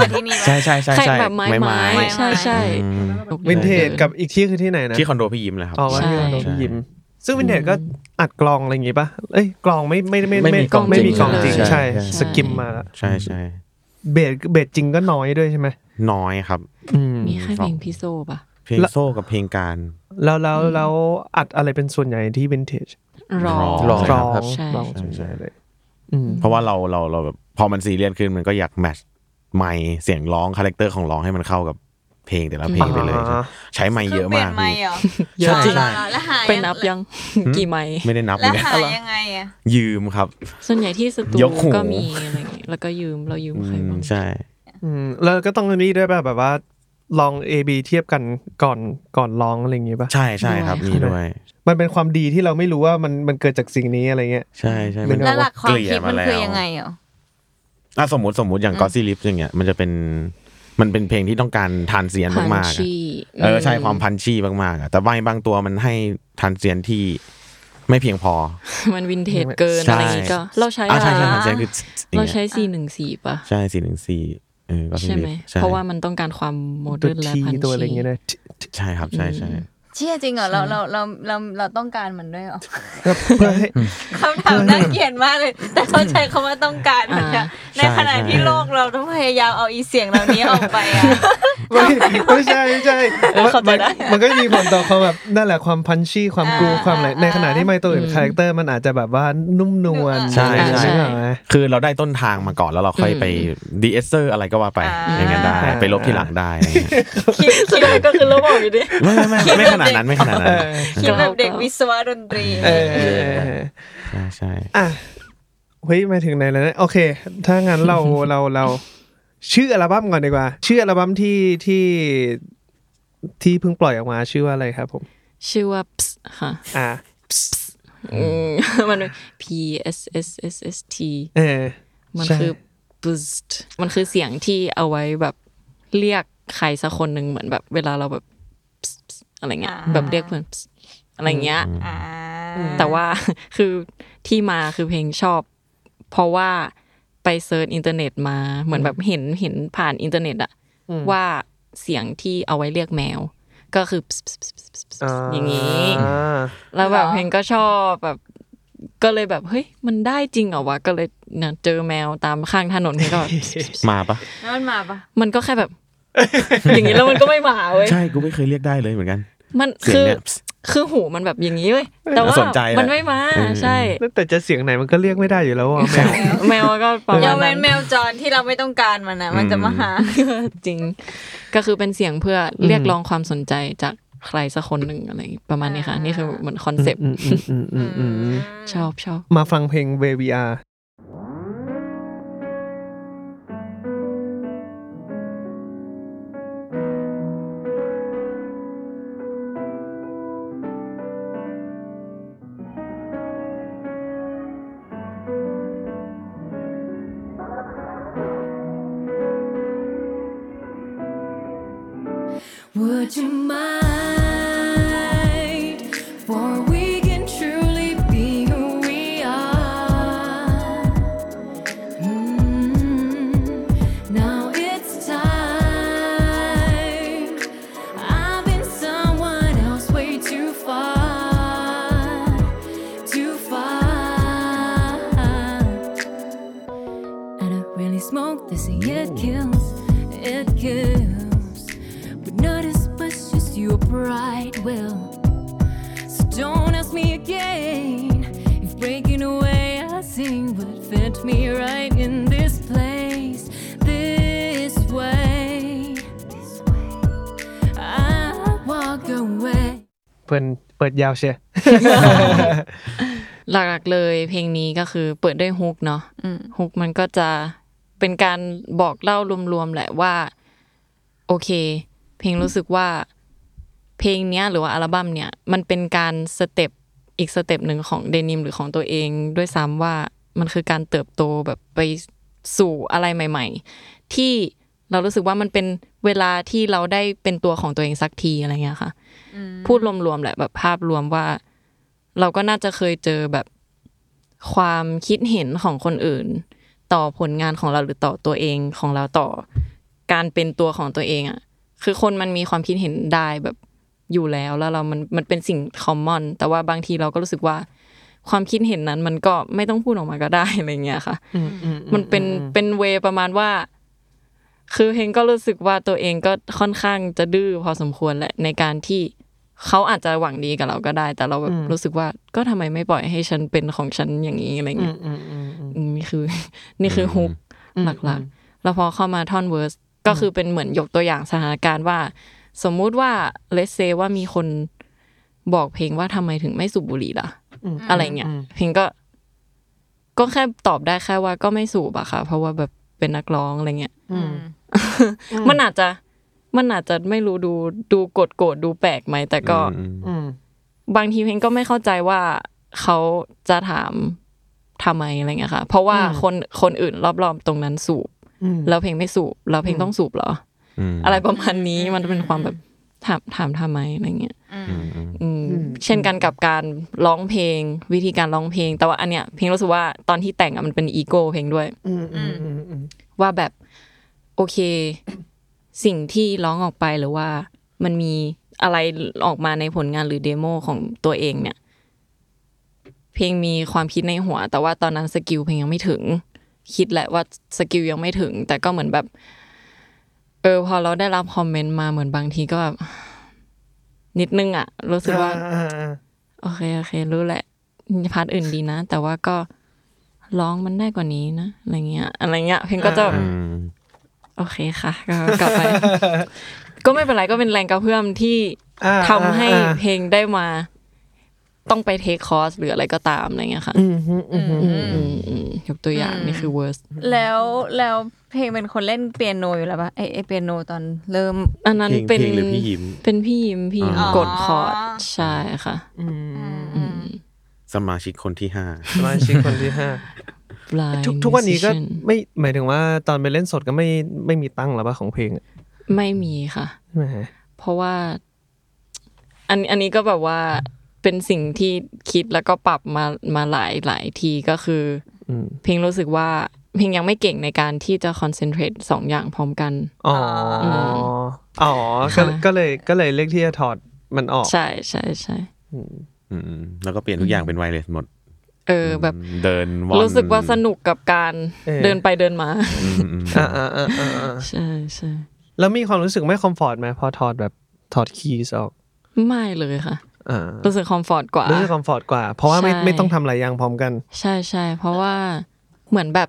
Speaker 7: มาที่นี่ปะ
Speaker 4: ใช่ใช่ใช่
Speaker 5: ใคร
Speaker 4: ใช่
Speaker 5: แบบไม้
Speaker 4: ไม้
Speaker 5: ไม้
Speaker 7: ไม้
Speaker 5: ใช่ใช่
Speaker 4: อืม
Speaker 3: วินเทจกับอีกที่คือที่ไหนนะ
Speaker 4: ที่คอนโดพี่ยิ้มเลยครับ
Speaker 3: อ๋อว่าที่คอนโดพี่ยิม ซึ่งวินเทจก็อัดกลองอะไรอย่างงี้ป่ะเอ้ยกลองไม่ไม่ไม่
Speaker 6: ไม่มีกลอง
Speaker 3: ไม่มี
Speaker 6: จริง
Speaker 3: กลองจริง
Speaker 6: ใช่
Speaker 3: ใช่
Speaker 4: ใช่
Speaker 3: สกิมมาละ
Speaker 4: ใช่ใช่
Speaker 3: เบสเบสจริงก็น้อยด้วยใช่ไหม
Speaker 4: น้อยครับ
Speaker 3: อืม
Speaker 5: มีใครเพลงพี่โซ่ปะ
Speaker 4: เพลงโซ่กับเพลงการ
Speaker 3: แล้วแล้วแล้วอัดอะไรเป็นส่วนใหญ่ที่วินเทจ
Speaker 5: รอ
Speaker 4: ร้อง
Speaker 3: กลอง
Speaker 6: ครับ
Speaker 5: ใช่
Speaker 3: กลองส่วนใหญ่เลย อืม
Speaker 4: เพราะว่าเราเราเราแบบพอมันซีเรียสขึ้นมันก็อยากแมทช์ไมค์เสียงร้องคาแรคเตอร์ของร้องให้มันเข้ากับเพลงแต่ละเพลงไปเลย
Speaker 3: อ่า
Speaker 4: ใช้ไมค์เยอะมาก
Speaker 7: คืปลี่นไมค์
Speaker 4: พี่
Speaker 7: เหรอ
Speaker 5: เยอะจริง
Speaker 4: ใช่
Speaker 7: อ๋อแล้วหา
Speaker 5: ไปนับยังกี่ไม้
Speaker 4: ไม่ได้นับเล
Speaker 7: แล้ว
Speaker 4: ย
Speaker 7: หายังไงอ่ะ
Speaker 4: ยืมครับ
Speaker 5: ส่วนใหญ่ที่สตู
Speaker 4: ยกหู
Speaker 5: ก็มีอะไรอย่างเงี้ยแล้วก็ยืมเรายืมใครบ้าง
Speaker 4: ใช่
Speaker 3: อืมแล้วก็ต้องอันนี่ด้วยป่ะแบบว่าลอง A B เทียบกันก่อนก่อนลองอะไรอย่างงี้ป่ะ
Speaker 4: ใช่ใช่ครับมีด้วย
Speaker 3: มันเป็นความดีที่เราไม่รู้ว่ามันมันเกิดจากสิ่งนี้อะไรเงี้ย
Speaker 4: ใช่ใช่
Speaker 3: หนึ่
Speaker 4: มัน
Speaker 3: ง
Speaker 7: แล้วหลักความคิดมัน
Speaker 4: เก
Speaker 7: คือ
Speaker 4: ลี่
Speaker 7: ยังไงเหรอ
Speaker 4: อ่ะสมมติสมมติอย่างก็ซี่ลิฟอย่างเงี้ยมันจะเป็นมันเป็นเพลงที่ต้องการทานเสียน
Speaker 5: พัน
Speaker 4: มากๆอะ
Speaker 5: ชี
Speaker 4: เออใช่ความพันชี่มากๆอะแต่ไม้บางตัวมันให้ทานเสียนที่ไม่เพียงพอ
Speaker 5: มันวินเทจเกิน
Speaker 4: ใช่
Speaker 5: อะไรอย่างงี้ก็ เราใช้
Speaker 4: อ่ะ
Speaker 5: อะไร
Speaker 4: ใช่ใช่ทาน
Speaker 5: นะ
Speaker 4: เสียนคืออย่ง
Speaker 5: เรา
Speaker 4: งี้ย
Speaker 5: ใช้สี่หนึ่งสี่ปะ
Speaker 4: ใช่สี่หนึ่งสี่เออก็
Speaker 5: ใช่ไหม
Speaker 4: ใช่
Speaker 5: เพราะว่ามันต้องการความโมเดิ
Speaker 3: ตัว
Speaker 5: ร์นและ
Speaker 3: ที
Speaker 5: พัน
Speaker 3: ตัวอะไร
Speaker 5: ชี
Speaker 3: เงี้ยนะ
Speaker 4: ใช่ครับใช่ใช่
Speaker 7: เชี่ยจริงเหรอเราเราเราเราเราต้องการมันด้วยเหรอ
Speaker 3: เพื่อให้
Speaker 7: คำถามน่าเกลียดมากเลย แต่เข้าใจคำว่าต้องการมันนะในขณะที่โลกเราต้องพยายามเอาอีเสียงเหล่านี้ออกไปอ่ะ
Speaker 3: ไม่ไม่ใช่ไม่ใช่มันมันมันก็มีผลต่อความแบบนั่นแหละความพันชี่ความกรูความอะไรในขณะที่ไมค์ตัวอื่นคาแรคเตอร์มันอาจจะแบบว่านุ่มนวล
Speaker 4: ใช่
Speaker 3: อะไรอย่าง
Speaker 4: ใช่
Speaker 3: เงี้ยนึกออกไหม
Speaker 4: คือเราได้ต้นทางมาก่อนแล้วเราค่อยไปดีเอสเซอร์อะไรก็ว่าไป
Speaker 7: อ่า
Speaker 4: อย่างนั้นได้
Speaker 3: อ่า
Speaker 4: ไปลบที่หลังได้อะไรเงี้ย
Speaker 7: คิด
Speaker 5: สุดท้ายก็คือเราบอกอยู่ดิ
Speaker 4: ไม่ไม่ไม่ไม่ขนาดนั้นไม่ขนาด
Speaker 3: เอ
Speaker 4: นั้น
Speaker 3: อ
Speaker 7: คิดแบบเด็กวิศวะดนตรี
Speaker 3: เออเออเออ
Speaker 4: ใช่ใช่
Speaker 3: อ่ะเฮ้ยมาถึงไหนแล้วนะโอเค ถ้างั้นเรา เราเราชื่ออัลบั้มก่อนดีกว่า ชื่ออัลบั้มที่ที่ที่เพิ่งปล่อยออกมาชื่อว่าอะไรครับผม
Speaker 5: ชื่อว่า Ps ค่ะ
Speaker 3: อ่ะ
Speaker 5: อืมมันเป็น P S S S S T
Speaker 3: เออ
Speaker 5: มัน
Speaker 3: ใช่
Speaker 5: คือ boost มันคือเสียงที่เอาไว้แบบเรียกใครสักคนหนึ่งเหมือนแบบเวลาเราแบบ Ps Ps อะไรเงี้ยแบบเรียกเพื่อน Ps อะไรเงี้ย
Speaker 7: อ่า
Speaker 5: แต่ว่า คือที่มาคือเพลงชอบ เพราะว่าไปเซิร์ชอินเทอร์เน็ตมาเหมือนแบบเห็นเห็นผ่านอินเทอร์เน็ตอะว่าเสียงที่เอาไว้เรียกแมว ก็คือ Ps Ps Ps Ps Ps Ps อย่างนี้
Speaker 3: อ่า
Speaker 5: แล้วแบบเพลงก็ชอบแบบก็เลยแบบเฮ้ยมันได้จริงเหรอวะก็เลยเนี่ยเจอแมวตามข้างถนนเพลงก็แบบ
Speaker 4: มาปะ
Speaker 7: แล้วมันมาปะ
Speaker 5: มันก็แค่แบบ อย่างนี้แล้วมันก็ไม่มาเว้ย
Speaker 4: ใช่กูไม่เคยเรียกได้เลยเหมือนกัน
Speaker 5: มัน
Speaker 4: เสียง
Speaker 5: คือ
Speaker 4: เนี่ย
Speaker 5: คือหูมันแบบอย่างนี้เว้ยแต่ว่า
Speaker 4: สนใจแหละ
Speaker 5: มันไม่มา
Speaker 4: เออ
Speaker 5: ใช่
Speaker 3: แต่จะเสียงไหนมันก็เรียกไม่ได้อยู่ แล้วอ่ะแมว
Speaker 5: แมวก็ประ
Speaker 7: ย
Speaker 5: มาก ณ
Speaker 7: เว้
Speaker 5: นั้น น
Speaker 7: แมวจรที่เราไม่ต้องการมันนะมันจะมาหา
Speaker 5: จริง ก็คือเป็นเสียงเพื่อเรียกร้องความสนใจจากใครสักคนหนึ่งอะไรประมาณนี้ค่ะ นี่คือเหมือนคอนเซปต์
Speaker 3: อืมอืมอืมอืมอืม
Speaker 5: ชอบชอบ
Speaker 3: มาฟังเพลง Where We Are
Speaker 8: Would you mind? For we can truly be who we are. Mm, Now it's time. I've been someone else way too far. Too far. I don't really smoke this, it kills, it kills. But not as much as your pride will. So don't ask me again if breaking away I sing would fit me right in this place, this way. I walk away.
Speaker 3: เพิ่นเปิดยาวเชียร์
Speaker 5: หลักๆเลยเพลงนี้ก็คือเปิดด้วยฮุกเนาะฮุกมันก็จะเป็นการบอกเล่ารวมๆแหละว่า โอเค เพลงรู้สึกว่าเพลงเนี้ย หรือว่าอัลบั้มเนี่ย มันเป็นการสเต็ปอีกสเต็ปหนึ่งของเดนิมหรือของตัวเอง ด้วยซ้ำว่ามันคือการเติบโตแบบไปสู่อะไรใหม่ ๆ ที่ เรารู้สึกว่ามันเป็นเวลาที่เราได้เป็นตัวของตัวเองสักทีอะไรเงี้ยค่ะ พูดรวมๆแหละแบบภาพรวมว่า เราก็น่าจะเคยเจอแบบความคิดเห็นของคนอื่น ต่อผลงานของเราหรือต่อตัวเองของเราต่อการเป็นตัวของตัวเองอ่ะ คือคนมันมีความคิดเห็นได้แบบอยู่แล้วแล้วเรามันมันเป็นสิ่งคอมมอนแต่ว่าบางทีเราก็รู้สึกว่า ความคิดเห็นนั้นมันก็ไม่ต้องพูดออกมาก็ได้ อะไรเงี้ยค่ะ มันเป็นเป็นเวประมาณว่า คือเฮงก็รู้สึกว่าตัวเองก็ค่อนข้างจะดื้อพอสมควรแหละในการที่เขาอาจจะหวังดีกับเราก็ได้ แต่เราแบบรู้สึกว่าก็ทำไมไม่ปล่อยให้ฉันเป็นของฉันอย่างนี้อะไรเงี้ยอืมนี่คือ นี่คือฮุกหลักๆ แล้วพอเข้ามาท่อนเวอร์สก็คือเป็นเหมือนยกตัวอย่างสถานการณ์ว่า สมมุติว่าเลสเซว่ามีคนบอกเพลงว่าทำไมถึงไม่สูบบุหรี่ล่ะ อะไรเงี้ยเพลงก็ ก็แค่ตอบได้แค่ว่าก็ไม่สูบอะค่ะ เพราะว่าแบบเป็นนักร้องอะไรเงี้ยมันอาจจะมันอาจจะไม่รู้ดูดูกดโกรธดูแปลกไหมแต่ก็
Speaker 4: อืมอืม
Speaker 5: บางทีเพลงก็ไม่เข้าใจว่าเขาจะถามทำไมอะไรเงี้ยค่ะ เพราะว่าคนคนอื่นรอบๆตรงนั้นสูบแล้วเพลงไม่สูบแล้วเพลงต้องสูบเหรอ
Speaker 4: อืม
Speaker 5: อะไรประมาณนี้มันเป็นความแบบถามถามทำไมอะไรเงี้ย
Speaker 4: อืมอืม
Speaker 5: อืมเช่นกันกับการร้องเพลง วิธีการร้องเพลง แต่ว่าอันเนี้ยเพลงรู้สึกว่าตอนที่แต่งอะมันเป็นอีโก้เพลงด้วยว่าแบบโอเค สิ่งที่ร้องออกไปหรือว่า มันมีอะไรออกมาในผลงานหรือเดโมของตัวเองเนี่ย เพลงมีความคิดในหัว แต่ว่าตอนนั้นสกิลเพลงยังไม่ถึง คิดแหละว่าสกิลยังไม่ถึง แต่ก็เหมือนแบบ เออพอเราได้รับคอมเมนต์มาเหมือนบางทีก็แบบ นิดนึงอะรู้สึกว่า โอเคโอเค รู้แหละพาร์ทอื่นดีนะ แต่ว่าก็ร้องมันได้กว่านี้นะอะไรเงี้ยอะไรเงี้ยเพลงก็จะแบบ
Speaker 4: อืม
Speaker 5: โอเคค่ะก็กลับไป ก็ไม่เป็นไรก็เป็นแรงกระเพื่อมที่
Speaker 3: อ่า
Speaker 5: ทำให้
Speaker 3: อ่าอ่า
Speaker 5: เพลงได้มา ต้องไปเทคคอร์สหรืออะไรก็ตามอะไรเงี้ยค่ะอืมอืมอืมยกตัวอย่างนี่คือเวอร์ส
Speaker 7: แล้วแล้วเพลงเป็นคนเล่นเปียโนอยู่แล้วปะไอไอเปียโนตอนเริ่ม
Speaker 5: อันนั้น
Speaker 4: เพลง
Speaker 5: เป็น
Speaker 4: เพลงหรือพี่ยิ้ม
Speaker 5: เป็นพี่ยิมพี่ยิม
Speaker 4: อ๋อ
Speaker 5: กดคอร์ดใช่ค่ะ
Speaker 4: สมาชิกคนที่ห้า
Speaker 3: สมาชิกคนที่ห้า
Speaker 5: ลาย
Speaker 3: ทุกทุกวันนี้ก็
Speaker 5: musician
Speaker 3: ไม่หมายถึงว่าตอนไปเล่นสดก็ไม่ไม่มีตั้งหรอปะของเพลงอะ
Speaker 5: ไม่มีค่ะ
Speaker 3: ใช่ไหม
Speaker 5: เพราะว่า อันอันนี้ก็แบบว่าเป็นสิ่งที่คิดแล้วก็ปรับมามาหลายหลายทีก็คืออเพลงรู้สึกว่าเพลงยังไม่เก่งในการที่จะคอนเซนเทรตสองอย่างพร้อมกัน
Speaker 3: อ๋อออ๋อก็
Speaker 5: ค่ะ
Speaker 3: ก็เลยก็เลยเลือกที่จะถอดมันออก
Speaker 5: ใช่ใช่ใช่
Speaker 4: อืมอืมแล้วก็เปลี่ยนทุกอย่างเป็นไวเลสหมด
Speaker 5: เออแบบ
Speaker 4: เดินอน
Speaker 5: รู้สึกว่าสนุกกับการ
Speaker 3: เออ
Speaker 5: เดินไปเดินมา
Speaker 4: อืมอืม
Speaker 3: อ่าอ่าอ่าอ่าอ่า
Speaker 5: ใช่ใช่
Speaker 3: แล้วมีความรู้สึกไม่คอมฟอร์ตไหมพอถอดแบบถอดคีย์ออก
Speaker 5: ไม่เลยค่ะ
Speaker 3: อ่า
Speaker 5: รู้สึกคอมฟอร์ตกว่า
Speaker 3: รู้สึกคอมฟอร์ตกว่า เพราะว่าไม่
Speaker 5: ใช่
Speaker 3: ไม่ต้องทำหลายอย่างพร้อมกัน
Speaker 5: ใช่ใช่เพราะว่าเหมือนแบบ